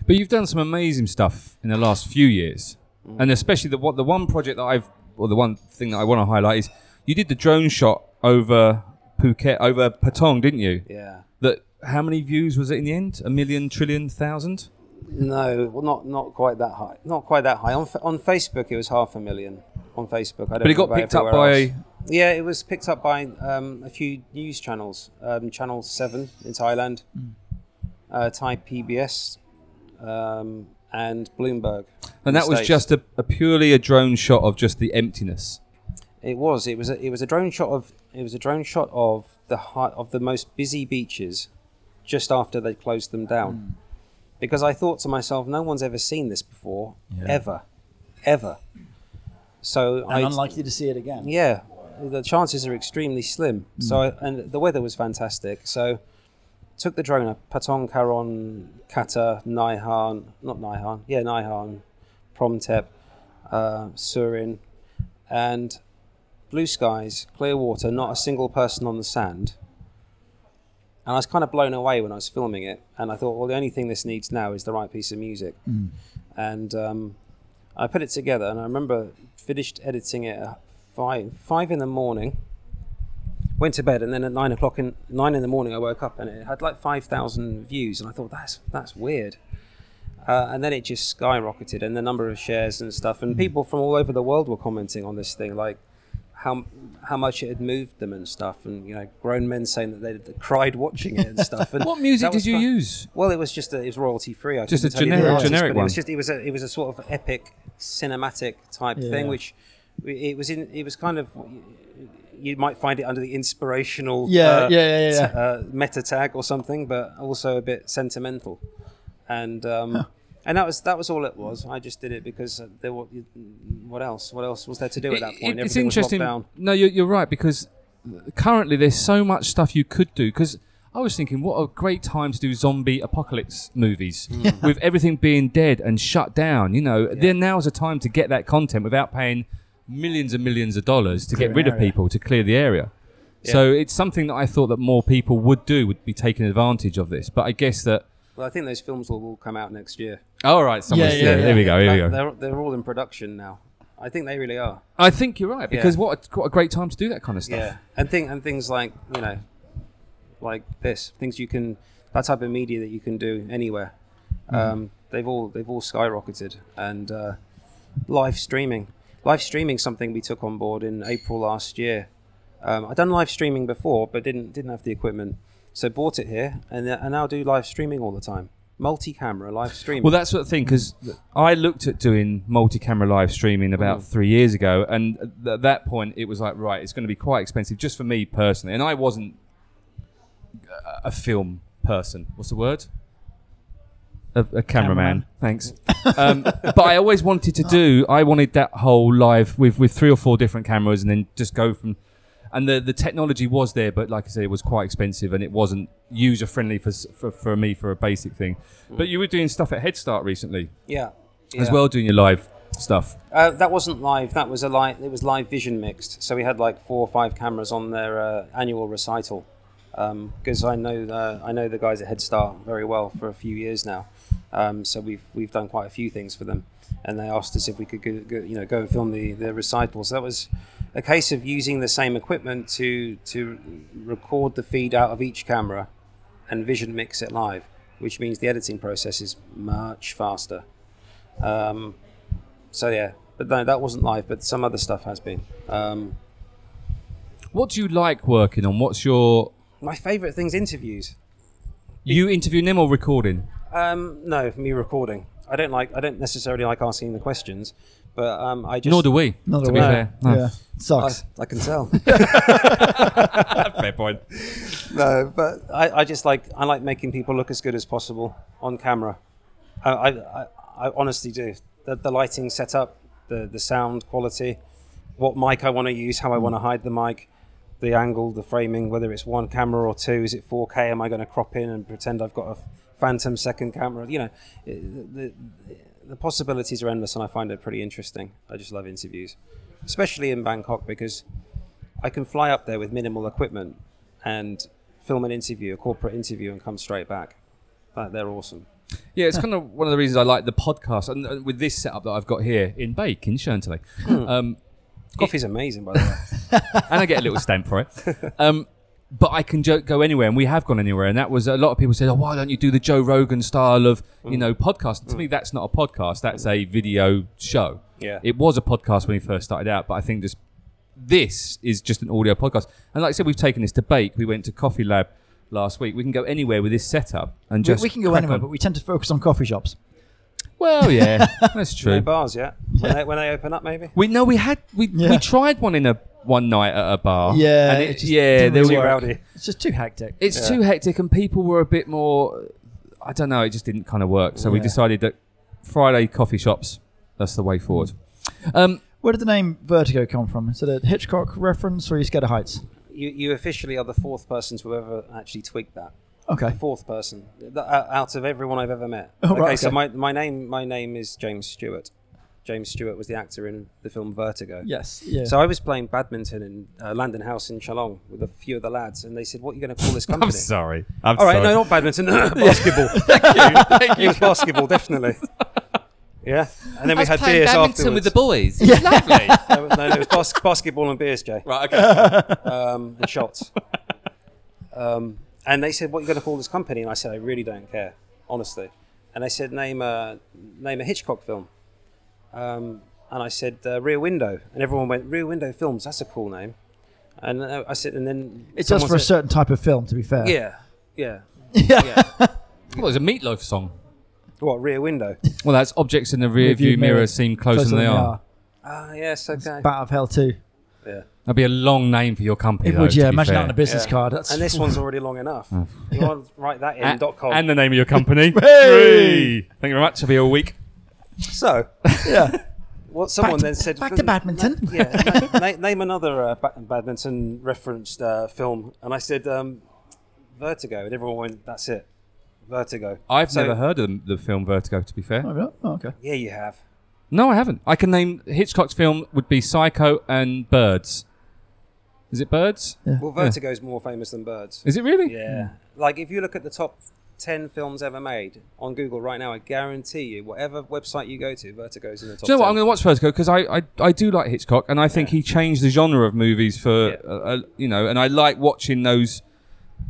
But you've done some amazing stuff in the last few years, and especially the what the one project that I've or the one thing that I want to highlight is you did the drone shot over Phuket over Patong, didn't you? Yeah. That how many views was it in the end? A million, trillion, thousand? No, well, not not quite that high. Not quite that high. On Fa- on Facebook, it was half a million. On Facebook, I don't. But it got know about picked up everywhere by. else. Yeah, it was picked up by um, a few news channels. Um, Channel Seven in Thailand, Hmm. uh, Thai PBS, um, and Bloomberg. in And that the was States. just a, a purely a drone shot of just the emptiness. It was. It was. A, it was a drone shot of. It was a drone shot of the hi- of the most busy beaches, just after they closed them down, because I thought to myself, no one's ever seen this before, ever, ever. So and I. unlikely to see it again. yeah, the chances are extremely slim. So I, and the weather was fantastic. So took the drone up Patong, Karon, Kata, Naihan, not Naihan, yeah, Naihan, Promtep, uh, Surin, and blue skies, clear water, not a single person on the sand. And I was kind of blown away when I was filming it, and I thought, well, the only thing this needs now is the right piece of music. And um, I put it together, and I remember finished editing it at five five in the morning. Went to bed, and then at nine o'clock in nine in the morning, I woke up, and it had like five thousand views, and I thought that's that's weird. Uh, and then it just skyrocketed, and the number of shares and stuff, Hmm. and people from all over the world were commenting on this thing, like how how much it had moved them and stuff, and you know, grown men saying that they would cried watching it and stuff. [LAUGHS] And What music that did was you fun. use? Well, it was just a, it was royalty free. I Just couldn't a tell you the generic- artist, generic but It one. was just it was a it was a sort of epic cinematic type thing, Yeah. which it was in it was kind of you might find it under the inspirational Yeah, uh, yeah, yeah, yeah. t- uh, meta tag or something, but also a bit sentimental, and um, and that was that was all it was. I just did it because there were, what else what else was there to do at that It- point? it- it's Everything was locked interesting. down. No, you're, you're right because currently there's so much stuff you could do. Because I was thinking, what a great time to do zombie apocalypse movies Hmm. [LAUGHS] with everything being dead and shut down. You know, then now is a time to get that content without paying millions and millions of dollars to get an rid of area. people to clear the area. So it's something that I thought that more people would do would be taking advantage of this. But I guess that. Well, I think those films will all come out next year. All right, someone's yeah, there. yeah. Here we go. Here we go. They're, they're all in production now. I think they really are. I think you're right Yeah. because what a, what a great time to do that kind of stuff. Yeah, and thing and things like you know, like this things you can that type of media that you can do anywhere. Hmm. Um, they've all they've all skyrocketed and uh, live streaming. Live streaming something we took on board in April last year, Um, I'd done live streaming before, but didn't didn't have the equipment, so bought it here, and uh, I now do live streaming all the time, multi-camera live streaming. Well, that's sort of thing because I looked at doing multi-camera live streaming about three years ago, and th- at that point it was like, right, it's going to be quite expensive just for me personally, and I wasn't a- a film person. What's the word? A, a cameraman. Thanks. um, but I always wanted to do. I wanted that whole live with with three or four different cameras, and then just go from. And the, the technology was there, but like I said, it was quite expensive and it wasn't user friendly for, s- for for me for a basic thing. But you were doing stuff at Head Start recently yeah, as yeah. well, doing your live stuff. Uh, that wasn't live. That was a live. It was live vision mixed. So we had like four or five cameras on their uh, annual recital. Because I know the, I know the guys at Head Start very well for a few years now. Um, so we've we've done quite a few things for them, and they asked us if we could go, go, you know go and film the the recital. So that was a case of using the same equipment to to record the feed out of each camera, and vision mix it live, which means the editing process is much faster. Um, so yeah, but no, that wasn't live. But some other stuff has been. Um, What do you like working on? What's your my favourite thing's interviews. you interviewing them or recording? Um, no, me recording. I don't like. I don't necessarily like asking the questions, but um, I just. Nor do we. Nor do to we. be fair, no. Yeah, I, sucks. I can tell. fair point. [LAUGHS] no, but I, I just like. I like making people look as good as possible on camera. I, I, I, I honestly do. The, the lighting setup, the the sound quality, what mic I want to use, how I want to hide the mic. the angle, the framing, whether it's one camera or two, is it 4K? Am I going to crop in and pretend I've got a phantom second camera? You know, i- the, the, the possibilities are endless, and I find it pretty interesting. I just love interviews, especially in Bangkok because I can fly up there with minimal equipment and film an interview, a corporate interview, and come straight back. Like, they're awesome. Yeah, it's kind of one of the reasons I like the podcast and, and with this setup that I've got here in Bake in Shantile. Hmm. Um, Coffee's amazing, by the way. and I get a little stamp for it. Um, but I can jo- go anywhere, and we have gone anywhere. And that was a lot of people said, "Oh, why don't you do the Joe Rogan style of you know podcast?" To me, that's not a podcast; that's a video show. Yeah. it was a podcast when we first started out, but I think this this is just an audio podcast. And like I said, we've taken this to bake. We went to Coffee Lab last week. We can go anywhere with this setup and We, just we can go crack anywhere, on. but we tend to focus on coffee shops. well, [LAUGHS] yeah, that's true. No bars yet. When they, when they open up, maybe. We no, we had we, Yeah. we tried one in a one night at a bar. Yeah, and it it, just yeah, didn't there really were Too rowdy. It's just too hectic. it's too hectic and people were a bit more i don't know it just didn't kind of work so we Yeah. decided that friday coffee shops that's the way forward um, Where did the name Vertigo come from? Is it a Hitchcock reference or are you scared of heights? You, you officially are the fourth person to ever actually tweak that. Okay. the fourth person th- uh, out of everyone I've ever met. Oh, okay, right, so okay. my, my name my name is James Stewart. James Stewart was the actor in the film Vertigo. Yes. Yeah. So I was playing badminton in uh, Landon House in Shillong with a few of the lads, and they said, "What are you going to [LAUGHS] call this company?" i'm sorry i'm All right, sorry no, not badminton, [LAUGHS] basketball. Thank you. It was basketball, definitely. Yeah, and then we had beers afterwards. with the boys. Yeah. Lovely. no, no, it was bas- basketball and beers, Jay right, okay. um, and shots. Um, and they said, "What are you going to call this company?" And I said, "I really don't care, honestly." And they said, "Name a name a Hitchcock film." Um, and I said, uh, "Rear Window," and everyone went, "Rear Window Films. That's a cool name." And uh, I said, and then it's just someone for a said, certain type of film, to be fair. Yeah, yeah. [LAUGHS] Yeah. well, it was a meatloaf song What Rear Window? well that's objects in the rear view mirror, seem closer, than they are, Ah, yes, okay. Bat of Hell 2. Yeah. that'd be a long name for your company It though, would, to yeah. be Imagine fair. that on a business Yeah. card. That's, And this one's already long enough. you want to write that in A- dot com. and the name of your company Hey! Three. thank you very much i'll be all week so [LAUGHS] yeah. What someone to- then said back to badminton. Na- yeah, na- na- name another uh, ba- badminton referenced uh, film, and I said um, Vertigo, and everyone went, "That's it, Vertigo." i've So- never heard of the- the film vertigo to be fair Oh, really? Oh, okay. Yeah, you have. no i haven't i can name hitchcock's film would be psycho and birds is it birds Well, Vertigo's more famous than Birds. is it really Yeah, like if you look at the top ten films ever made on Google right now, I guarantee you, whatever website you go to, Vertigo's in the top. Do you know what? 10. I'm going to watch Vertigo because I, I I do like Hitchcock, and I think he changed the genre of movies for Yeah. uh, uh, you know, and I like watching those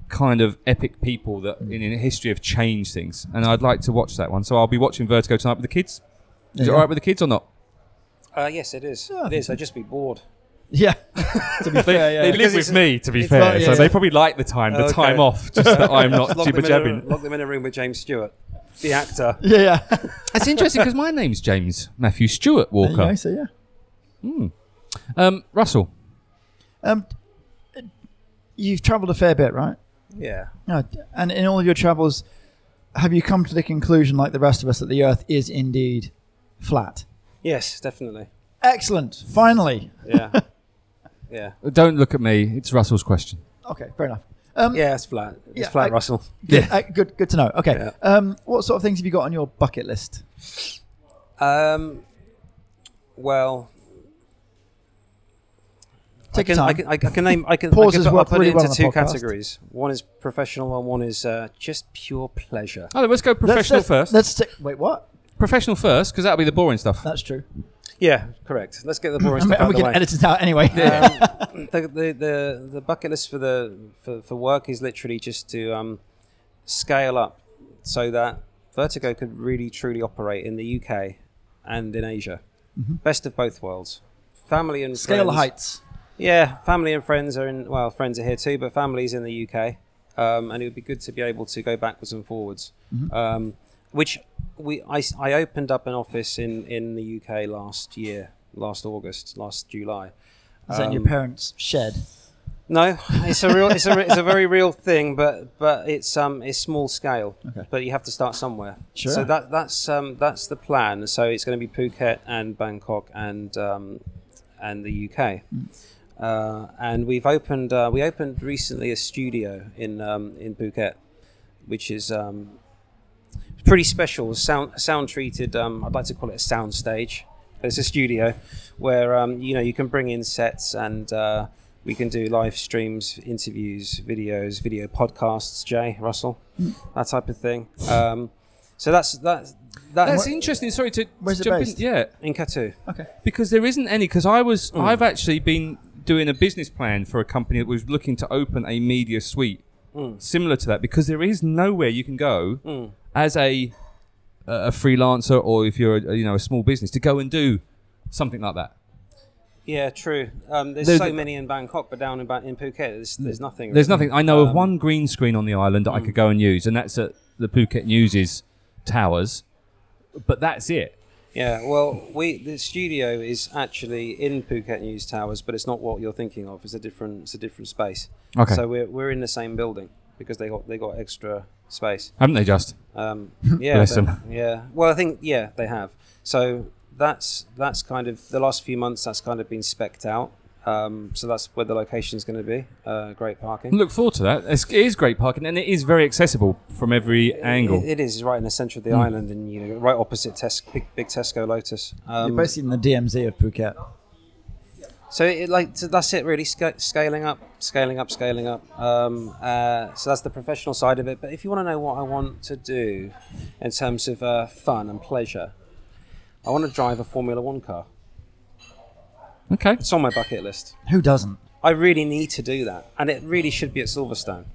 kind of epic people that in, in history have changed things, and I'd like to watch that one. So I'll be watching Vertigo tonight with the kids. Is Yeah. it all right with the kids or not? Uh, yes, it is. I it think is. I'd just be bored. [LAUGHS] Yeah. [LAUGHS] to be They, fair, yeah. they live Because with it's- me, to be it's fair, not- yeah, so they yeah. probably like the time, the Okay. time off, just that I'm not Lock jibber them, in a, jabbing. lock them in a room with James Stewart, the actor. yeah, yeah. That's interesting because my name's James Matthew Stewart There you go, Walker. so yeah. Um, Russell, Um, you've travelled a fair bit, right? Yeah. No, and in all of your travels, have you come to the conclusion, like the rest of us, that the Earth is indeed flat? Yes, definitely. Excellent. Finally. Yeah. yeah. don't look at me. It's Russell's question. Okay, fair enough. Um, Yeah, it's flat. It's Yeah, flat, I- Russell. Good, uh, good, good to know. Okay. Yeah. Um, what sort of things have you got on your bucket list? Um, well, Take I your can, I time. can, I can, I can name. I can. Pauses I can put, I'll work put really it well into on a two podcast. categories. One is professional, and one is uh, just pure pleasure. Oh, let's go Let's- professional let's, 1st Let's ta- wait. What? professional first, because that'll be the boring stuff. That's true. Yeah, correct. Let's get the boring And we- stuff and out we of the can way. edit it out anyway. [LAUGHS] Um, the, the, the, the bucket list for the for, for work is literally just to um, scale up so that Vertigo could really truly operate in the UK and in Asia. Best of both worlds. Family and Mm-hmm. Scale the heights. friends- Yeah, family and friends are in. Well, friends are here too, but family's in the UK, um, and it would be good to be able to go backwards and forwards. Mm-hmm. Um, which we I, s- I opened up an office in in the UK last year, last August, last July. Is that in your Um, parents' shed? No, it's a real, it's a, re- it's a [LAUGHS] very real thing, but but it's um it's small scale. Okay. But you have to start somewhere. Sure. So that that's um that's the plan. So it's going to be Phuket and Bangkok and um and the UK. Mm. Uh, and we've opened uh, we opened recently a studio in um, in Phuket, which is um, pretty special. Sound sound treated. Um, I'd like to call it a sound stage. It's a studio where um, you know you can bring in sets and uh, we can do live streams, interviews, videos, video podcasts. Jay Russell, Mm. that type of thing. Um, so that's that's That's that's interesting. Sorry to Where's it jump based? in. Yeah, in Katu. Okay. because there isn't any. Because I was, Hmm. I've actually been doing a business plan for a company that was looking to open a media suite Hmm. similar to that. Because there is nowhere you can go as a a freelancer or if you're a, you know a small business to go and do something like that. Yeah, true. Um, there's, There's- so many in Bangkok, but down in, ba- in Phuket, there's, there's nothing. There's really. nothing. I know of Um, one green screen on the island hmm. that I could go and use, and that's at the Phuket News's towers. But that's it. Yeah, well, we the studio is actually in Phuket News Towers, but it's not what you're thinking of. It's a different, it's a different space. Okay. So we're, we're in the same building because they got they got extra space. Haven't they just? Um, yeah, [LAUGHS] Bless but- them. Yeah. Well, I think yeah they have. So that's that's kind of the last few months. That's kind of been specced out. Um, so that's where the location's going to be. Uh, great parking. Look forward to that. It's, it is great parking, and it is very accessible from every angle. Hmm. It- it is right in the centre of the island, and you know, right opposite Tes- big, big Tesco Lotus. Um, You're basically in the DMZ of Phuket. So it like so that's it really sca- scaling up, scaling up, scaling up. Um, uh, so that's the professional side of it. But if you want to know what I want to do in terms of uh, fun and pleasure, I want to drive a Formula One car. Okay. It's on my bucket list. Who doesn't? I really need to do that, and it really should be at Silverstone.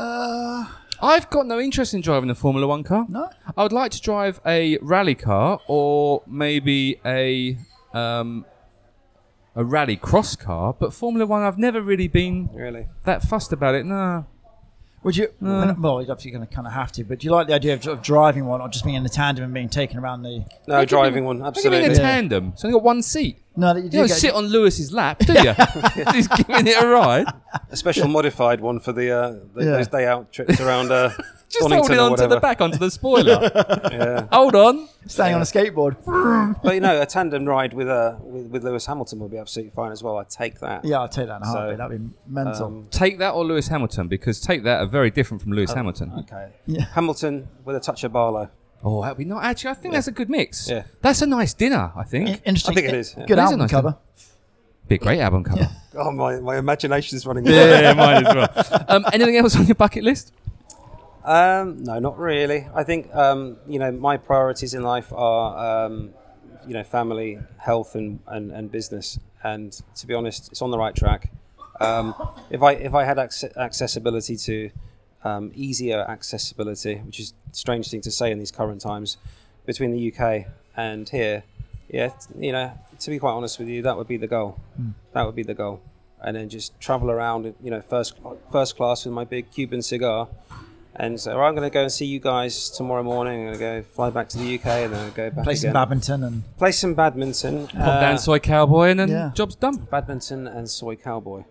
I've got no interest in driving a Formula One car. No. I would like to drive a rally car or maybe a um, a rally cross car, but Formula One, I've never really been Really, that fussed about it. No. Would you? Uh. well, you're obviously going to kind of have to. But do you like the idea of, sort of driving one, or just being in a tandem and being taken around the? no driving one, What do you mean a absolutely. tandem? It's only got one seat. No, that you do You don't get, sit on Lewis's lap, do you? [LAUGHS] He's giving it a ride. [LAUGHS] A special modified one for the, uh, the Yeah. those day out trips around uh, [LAUGHS] Just Donington holding or on to whatever. the back onto the spoiler. Yeah. Hold on. standing on [LAUGHS] a skateboard. But you know, a tandem ride with uh, with, with Lewis Hamilton would be absolutely fine as well. I'd take that. yeah, I'll take that in a So, heartbeat. That'd be mental. Um, Take that or Lewis Hamilton, because take that are very different from Lewis Hamilton. okay. Yeah. Hamilton with a touch of Barlow. Oh, that'd be not actually. I think that's a good mix. Yeah. That's a nice dinner. I think. In- Interesting. I think it is, yeah. It is Good a album nice cover. Be a great album cover. Oh, my, my imagination's running. [LAUGHS] mine as well. Um, anything else on your bucket list? Um, no, not really. I think um, you know my priorities in life are um, you know family, health, and, and, and business. And to be honest, it's on the right track. Um, if I if I had acce- accessibility to um, easier accessibility, which is a strange thing to say in these current times, between the UK and here, yeah, t- you know, to be quite honest with you, that would be the goal. Hmm. That would be the goal, and then just travel around, you know, first first class with my big Cuban cigar, and so I'm going to go and see you guys tomorrow morning. I'm going to go fly back to the UK and then go back Play some again. badminton and play some badminton. Pop down uh, soy cowboy and then yeah. job's done. badminton and soy cowboy.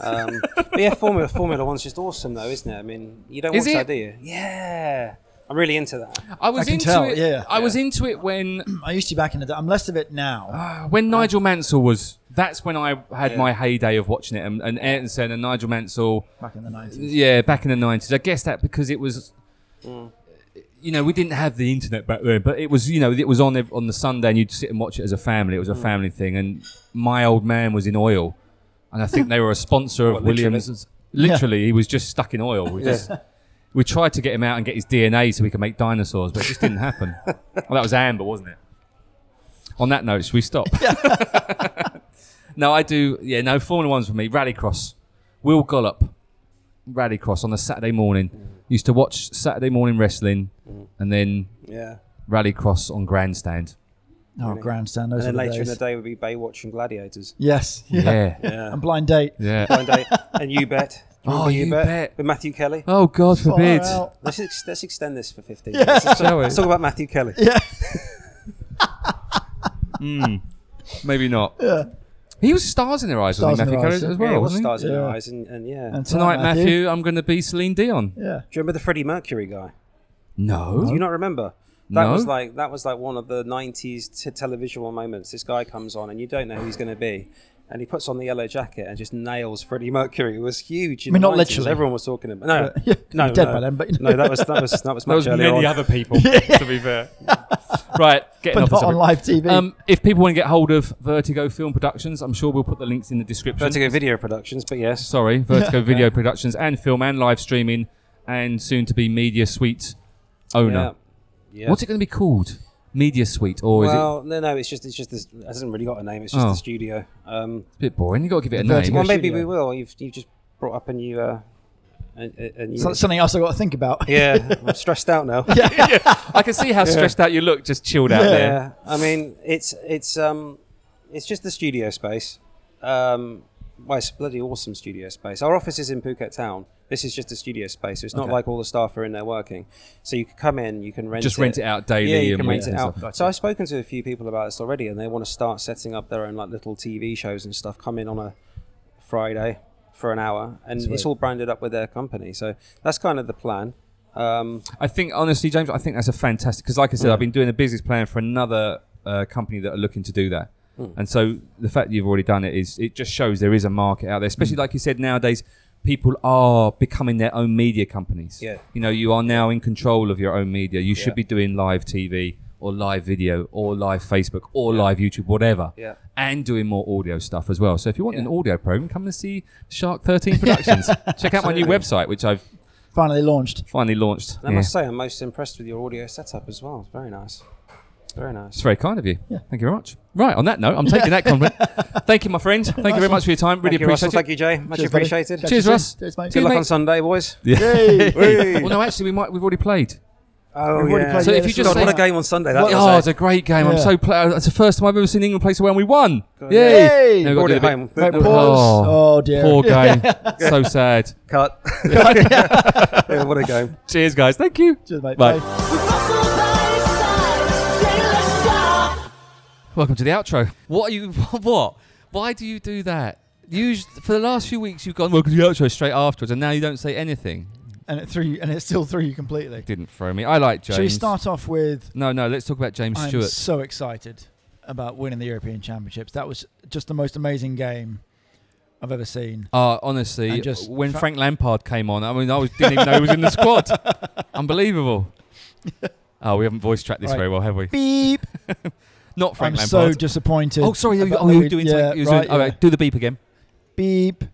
Um, but yeah, Formula Formula One's just awesome though, isn't it? I mean, you don't Is watch it? that, do you? Yeah, I'm really into that. I was I can into tell, it. yeah. I was into it when I used to back in the day. I'm less of it now. uh, when Nigel Mansell was. That's when I had Yeah. my heyday of watching it, and, and Ayrton and Nigel Mansell. Back in the 90s. Yeah, back in the nineties. I guess that because it was, you know, we didn't have the internet back then, but it was, you know, it was on ev- on the Sunday, and you'd sit and watch it as a family. It was a family thing, and my old man was in oil, and I think they were a sponsor of What, literally? Williams. Literally, he was just stuck in oil. We just we tried to get him out and get his DNA so we could make dinosaurs, but it just didn't happen. well, that was Amber, wasn't it? On that note, should we stop? [LAUGHS] no, I do. Yeah, no, Formula One's for me. Rallycross. Will Gollop. Rallycross on a Saturday morning. Used to watch Saturday morning wrestling and then Yeah, Rallycross on grandstand. Oh, grandstand. Those and then were the later in the days. day would be Baywatch and Gladiators. Yes. [LAUGHS] Yeah. Yeah. Yeah. Yeah, And blind date. Blind Date and you bet. Do Oh, remember You Bet. with Matthew Kelly. Oh, God Far forbid. out. Let's ex- let's extend this for 15 minutes. Let's, Shall talk, we? let's talk about Matthew Kelly. Yeah. Maybe not. He was stars in their eyes, Stars wasn't he? in Matthew Their Carey Eyes, as yeah. well. Yeah, what wasn't he? stars in your Yeah. eyes and, and yeah. And Do Tonight, Matthew, I'm going to be Celine Dion. Yeah. you remember the Freddie Mercury guy? Do No. you not remember? That No. was like that was like one of the '90s t- televisional moments. This guy comes on, and you don't know who he's going to be, and he puts on the yellow jacket and just nails Freddie Mercury. It was huge. I in mean, the not 90s. literally. Everyone was talking [LAUGHS] about. No, But- yeah, no, he'd be dead no. by then, but- no, that was that was [LAUGHS] that was There much was earlier many on. other people, to be fair. right, getting But off the not on subject. live TV. Um, if people want to get hold of Vertigo Film Productions, I'm sure we'll put the links in the description. Vertigo Video Productions, but yes, Sorry, [LAUGHS] Vertigo Video Productions and film and live streaming, and soon to be Media Suite yeah. owner. yeah. What's it going to be called? Media Suite, or is well, no, no, it's just it's just this. It hasn't really got a name. It's just Oh. the studio. Um, it a bit boring? You got to give it a Vertigo name. well, maybe studio. we will. You've you've just brought up a new uh, a, a, a new. So that's something else I've got to think about. [LAUGHS] yeah, I'm stressed [LAUGHS] out now. I can see how stressed out you look, just chilled out yeah. there. I mean, it's it's um, it's just the studio space. Um, well, it's a bloody awesome studio space. Our office is in Phuket town. This is just a studio space. So it's not like all the staff are in there working. So you can come in, you can rent Just rent it out daily Yeah, you and can rent it weekends and out. So I've spoken to a few people about this already, and they want to start setting up their own like little TV shows and stuff. Come in on a Friday for an hour, and it's all branded up with their company. So that's kind of the plan. Um, I think honestly, James, I think that's a fantastic because, like I said, Mm. I've been doing a business plan for another uh, company that are looking to do that. Mm. And so the fact that you've already done it is it just shows there is a market out there, Mm. especially like you said nowadays. People are becoming their own media companies. Yeah. You know, you are now in control of your own media. You should be Yeah. doing live TV or live video or live Facebook or live YouTube, whatever. Yeah. And doing more audio stuff as well. So if you want Yeah. an audio program, come and see Shark 13 [LAUGHS] Productions. Check out my new website, which I've Finally launched. finally launched. And I Yeah. must say, I'm most impressed with your audio setup as well. It's very nice. Very nice. It's very kind of you. Thank you very much. Right, on that note, I'm taking [LAUGHS] that compliment. Thank you, my friend. Thank you very much for your time. Really Thank you, Russell. appreciate Thank it. you, Jay. Much Cheers, buddy. appreciated. Catch you Good Cheers, soon. Russ. Cheers, mate. Cheers, luck mate. on Sunday, boys. [LAUGHS] Well, no, actually, we might. We've already played. Oh, We've already yeah. played So yeah, if you this just was God, say- what a nice. game on Sunday that was. oh, eh? it's a great game. I'm Yeah. so proud. That's the first time I've ever seen England play so well. and We won. Yay! Now we've got Brought to it do the home. Right, Oh, pause. [LAUGHS] Oh, dear. Poor game. so sad. Cut. [LAUGHS] Yeah, what a game. Cheers, guys. Thank you. Cheers, mate. Bye. Bye. Welcome to the outro. What [LAUGHS] are you? What? Why do you do that? Usually, for the last few weeks, you've gone welcome to the outro straight afterwards, and now you don't say anything. And it threw you, and it still threw you completely. Didn't throw me. I like James. Should we start off with No, no. Let's talk about James I'm Stewart. so excited about winning the European Championships. That was just the most amazing game I've ever seen. Uh, honestly, And just when fa- Frank Lampard came on, I mean, I was, didn't even know he was in the [LAUGHS] squad. Unbelievable. [LAUGHS] Oh, we haven't voice tracked this Right. very well, have we? Beep. Not Frank I'm so Lampard. disappointed. oh, sorry. You, about oh, that you were we- doing. yeah, something- you were doing- right, all yeah. right, do the beep again. Beep.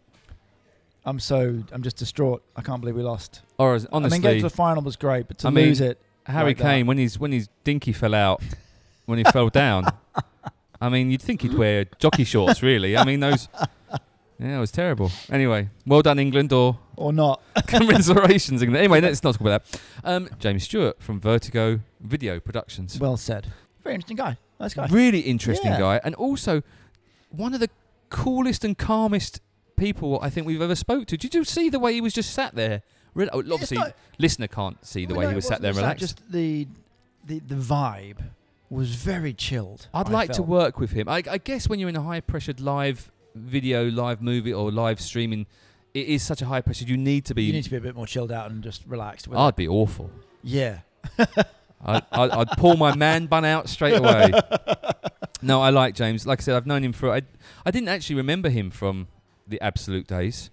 I'm so I'm just distraught. I can't believe we lost. Or is- I mean, getting honestly, to the final was great, but to I mean, lose it, Harry like that. Kane when his when his dinky fell out when he fell down. I mean, you'd think he'd wear jockey shorts, really. I mean, those. Yeah, it was terrible. Anyway, well done, England, or [LAUGHS] or not? commiserations, England. Anyway, let's not talk about that. Um, James Stewart from Vertigo Video Productions. Well said. Very interesting guy. Nice guy. Really interesting Yeah. guy, and also one of the coolest and calmest people I think we've ever spoke to. Did you see the way he was just sat there? Re- oh, obviously, not- listener can't see the Well, way no, he it was sat wasn't there just that, relaxed. Just the, the the vibe was very chilled. I'd I like to felt. work with him. I, I guess when you're in a high pressured live video, live movie, or live streaming, it is such a high pressure. You need to be. You need to be a bit more chilled out and just relaxed. With it. I'd be awful. Yeah. I, I, I'd pull my man bun out straight away. no, I like James. Like I said, I've known him for. I, I didn't actually remember him from the Absolute days,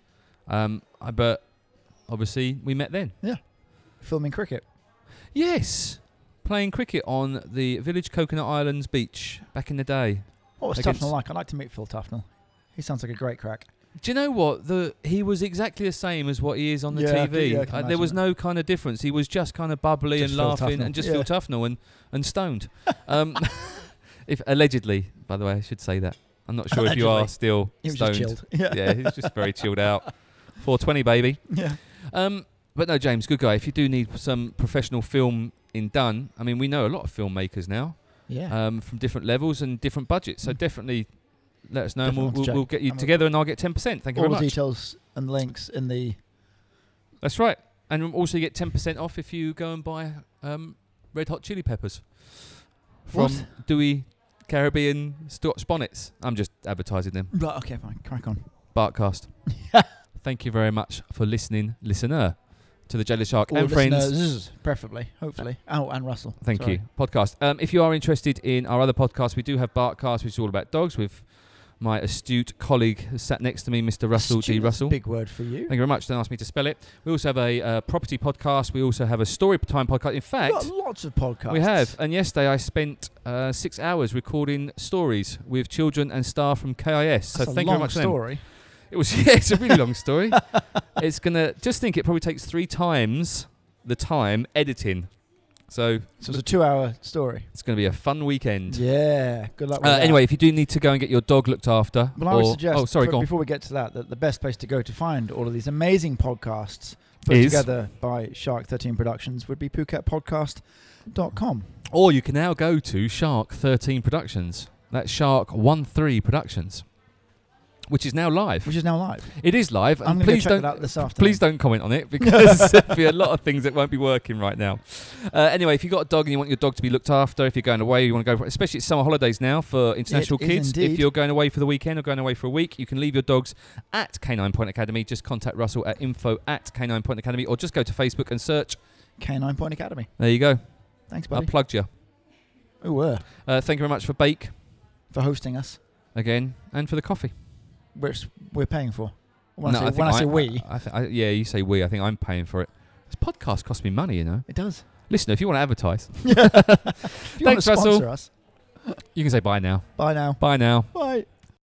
um, I, but obviously we met then. Filming cricket. Yes, playing cricket on the Village Coconut Islands beach back in the day. What was Against- Tufnell like? I'd like to meet Phil Tufnell. He sounds like a great crack. Do you know what? The he was exactly the same as what he is on the Yeah, I TV. could- yeah, I can Uh, there imagine was that. no kind of difference. He was just kind of bubbly Just and Phil laughing Tufnell. and just Yeah. Phil Tufnell and, and [LAUGHS] stoned. Um, [LAUGHS] if allegedly, by the way, I should say that. I'm not sure if you are Allegedly. still He was stoned. just chilled. [LAUGHS] Yeah. yeah, he's just very chilled [LAUGHS] out. 420 baby. Yeah. Um, but no, James, good guy. If you do need some professional film in done, I mean, we know a lot of filmmakers now Yeah. um, from different levels and different budgets. So Mm. definitely let us know, Definitely and want to we'll, we'll, check. we'll get you I'm a- together, and I'll get ten percent. Thank you All the very much. details and links in the. That's right, and also you get ten percent off if you go and buy um, Red Hot Chili Peppers from What? Dewey Caribbean Scotch Bonnets. I'm just advertising them. Right. Okay. Fine. Crack [LAUGHS] on. Bartcast. Thank you very much for listening, listener, to the Jelly Shark Or and friends. listeners, preferably, hopefully. Oh, and Russell. Thank Sorry. you. Podcast. Um, if you are interested in our other podcast, we do have Bartcast, which is all about dogs, with my astute colleague who sat next to me, Mr. Russell G. Stu, that's a Russell. Big word for you. Thank you very much. Don't ask me to spell it. We also have a uh, property podcast. We also have a story time podcast. In We've got fact, lots of podcasts. we have. And yesterday I spent uh, six hours recording stories with children and staff from KIS. That's so a thank you long very much. to them. Story. It was [LAUGHS] yeah, it's a really long [LAUGHS] story. it's gonna just think it probably takes three times the time editing. So So it's a two-hour story. it's gonna be a fun weekend. Yeah. Good luck. With Uh, that. anyway, if you do need to go and get your dog looked after, Well, I would or- suggest. oh, sorry, for- go on. Before we get to that, that the best place to go to find all of these amazing podcasts put Is? together by Shark Thirteen Productions would be PhuketPodcast.com. Or you can now go to Shark 13 Productions. That's Shark 13 Productions, which is now live. which is now live. It is live. And I'm going to please check don't that out this afternoon. please don't comment on [LAUGHS] it because there'll be a lot of things that won't be working right now. Uh, anyway, if you've got a dog and you want your dog to be looked after, if you're going away, you want to go, for, especially it's summer holidays now for international It is kids. If indeed. you're going away for the weekend or going away for a week, you can leave your dogs at Canine Point Academy. Just contact Russell at info at Canine Point Academy or just go to Facebook and search. K9 Point Academy. There you go. Thanks, I buddy. plugged you. Ooh, uh, Uh, thank you very much for Bake for hosting us, again and for the coffee. which we're paying for. When No, I say, think when I say I- we, I th- I, yeah, you say we. I think I'm paying for it. This podcast costs me money, you know. it [LAUGHS] does. [LAUGHS] Listen, if you want to advertise, if you want to Thanks, Russell. sponsor us, you can say bye now. bye now. Bye now. Bye.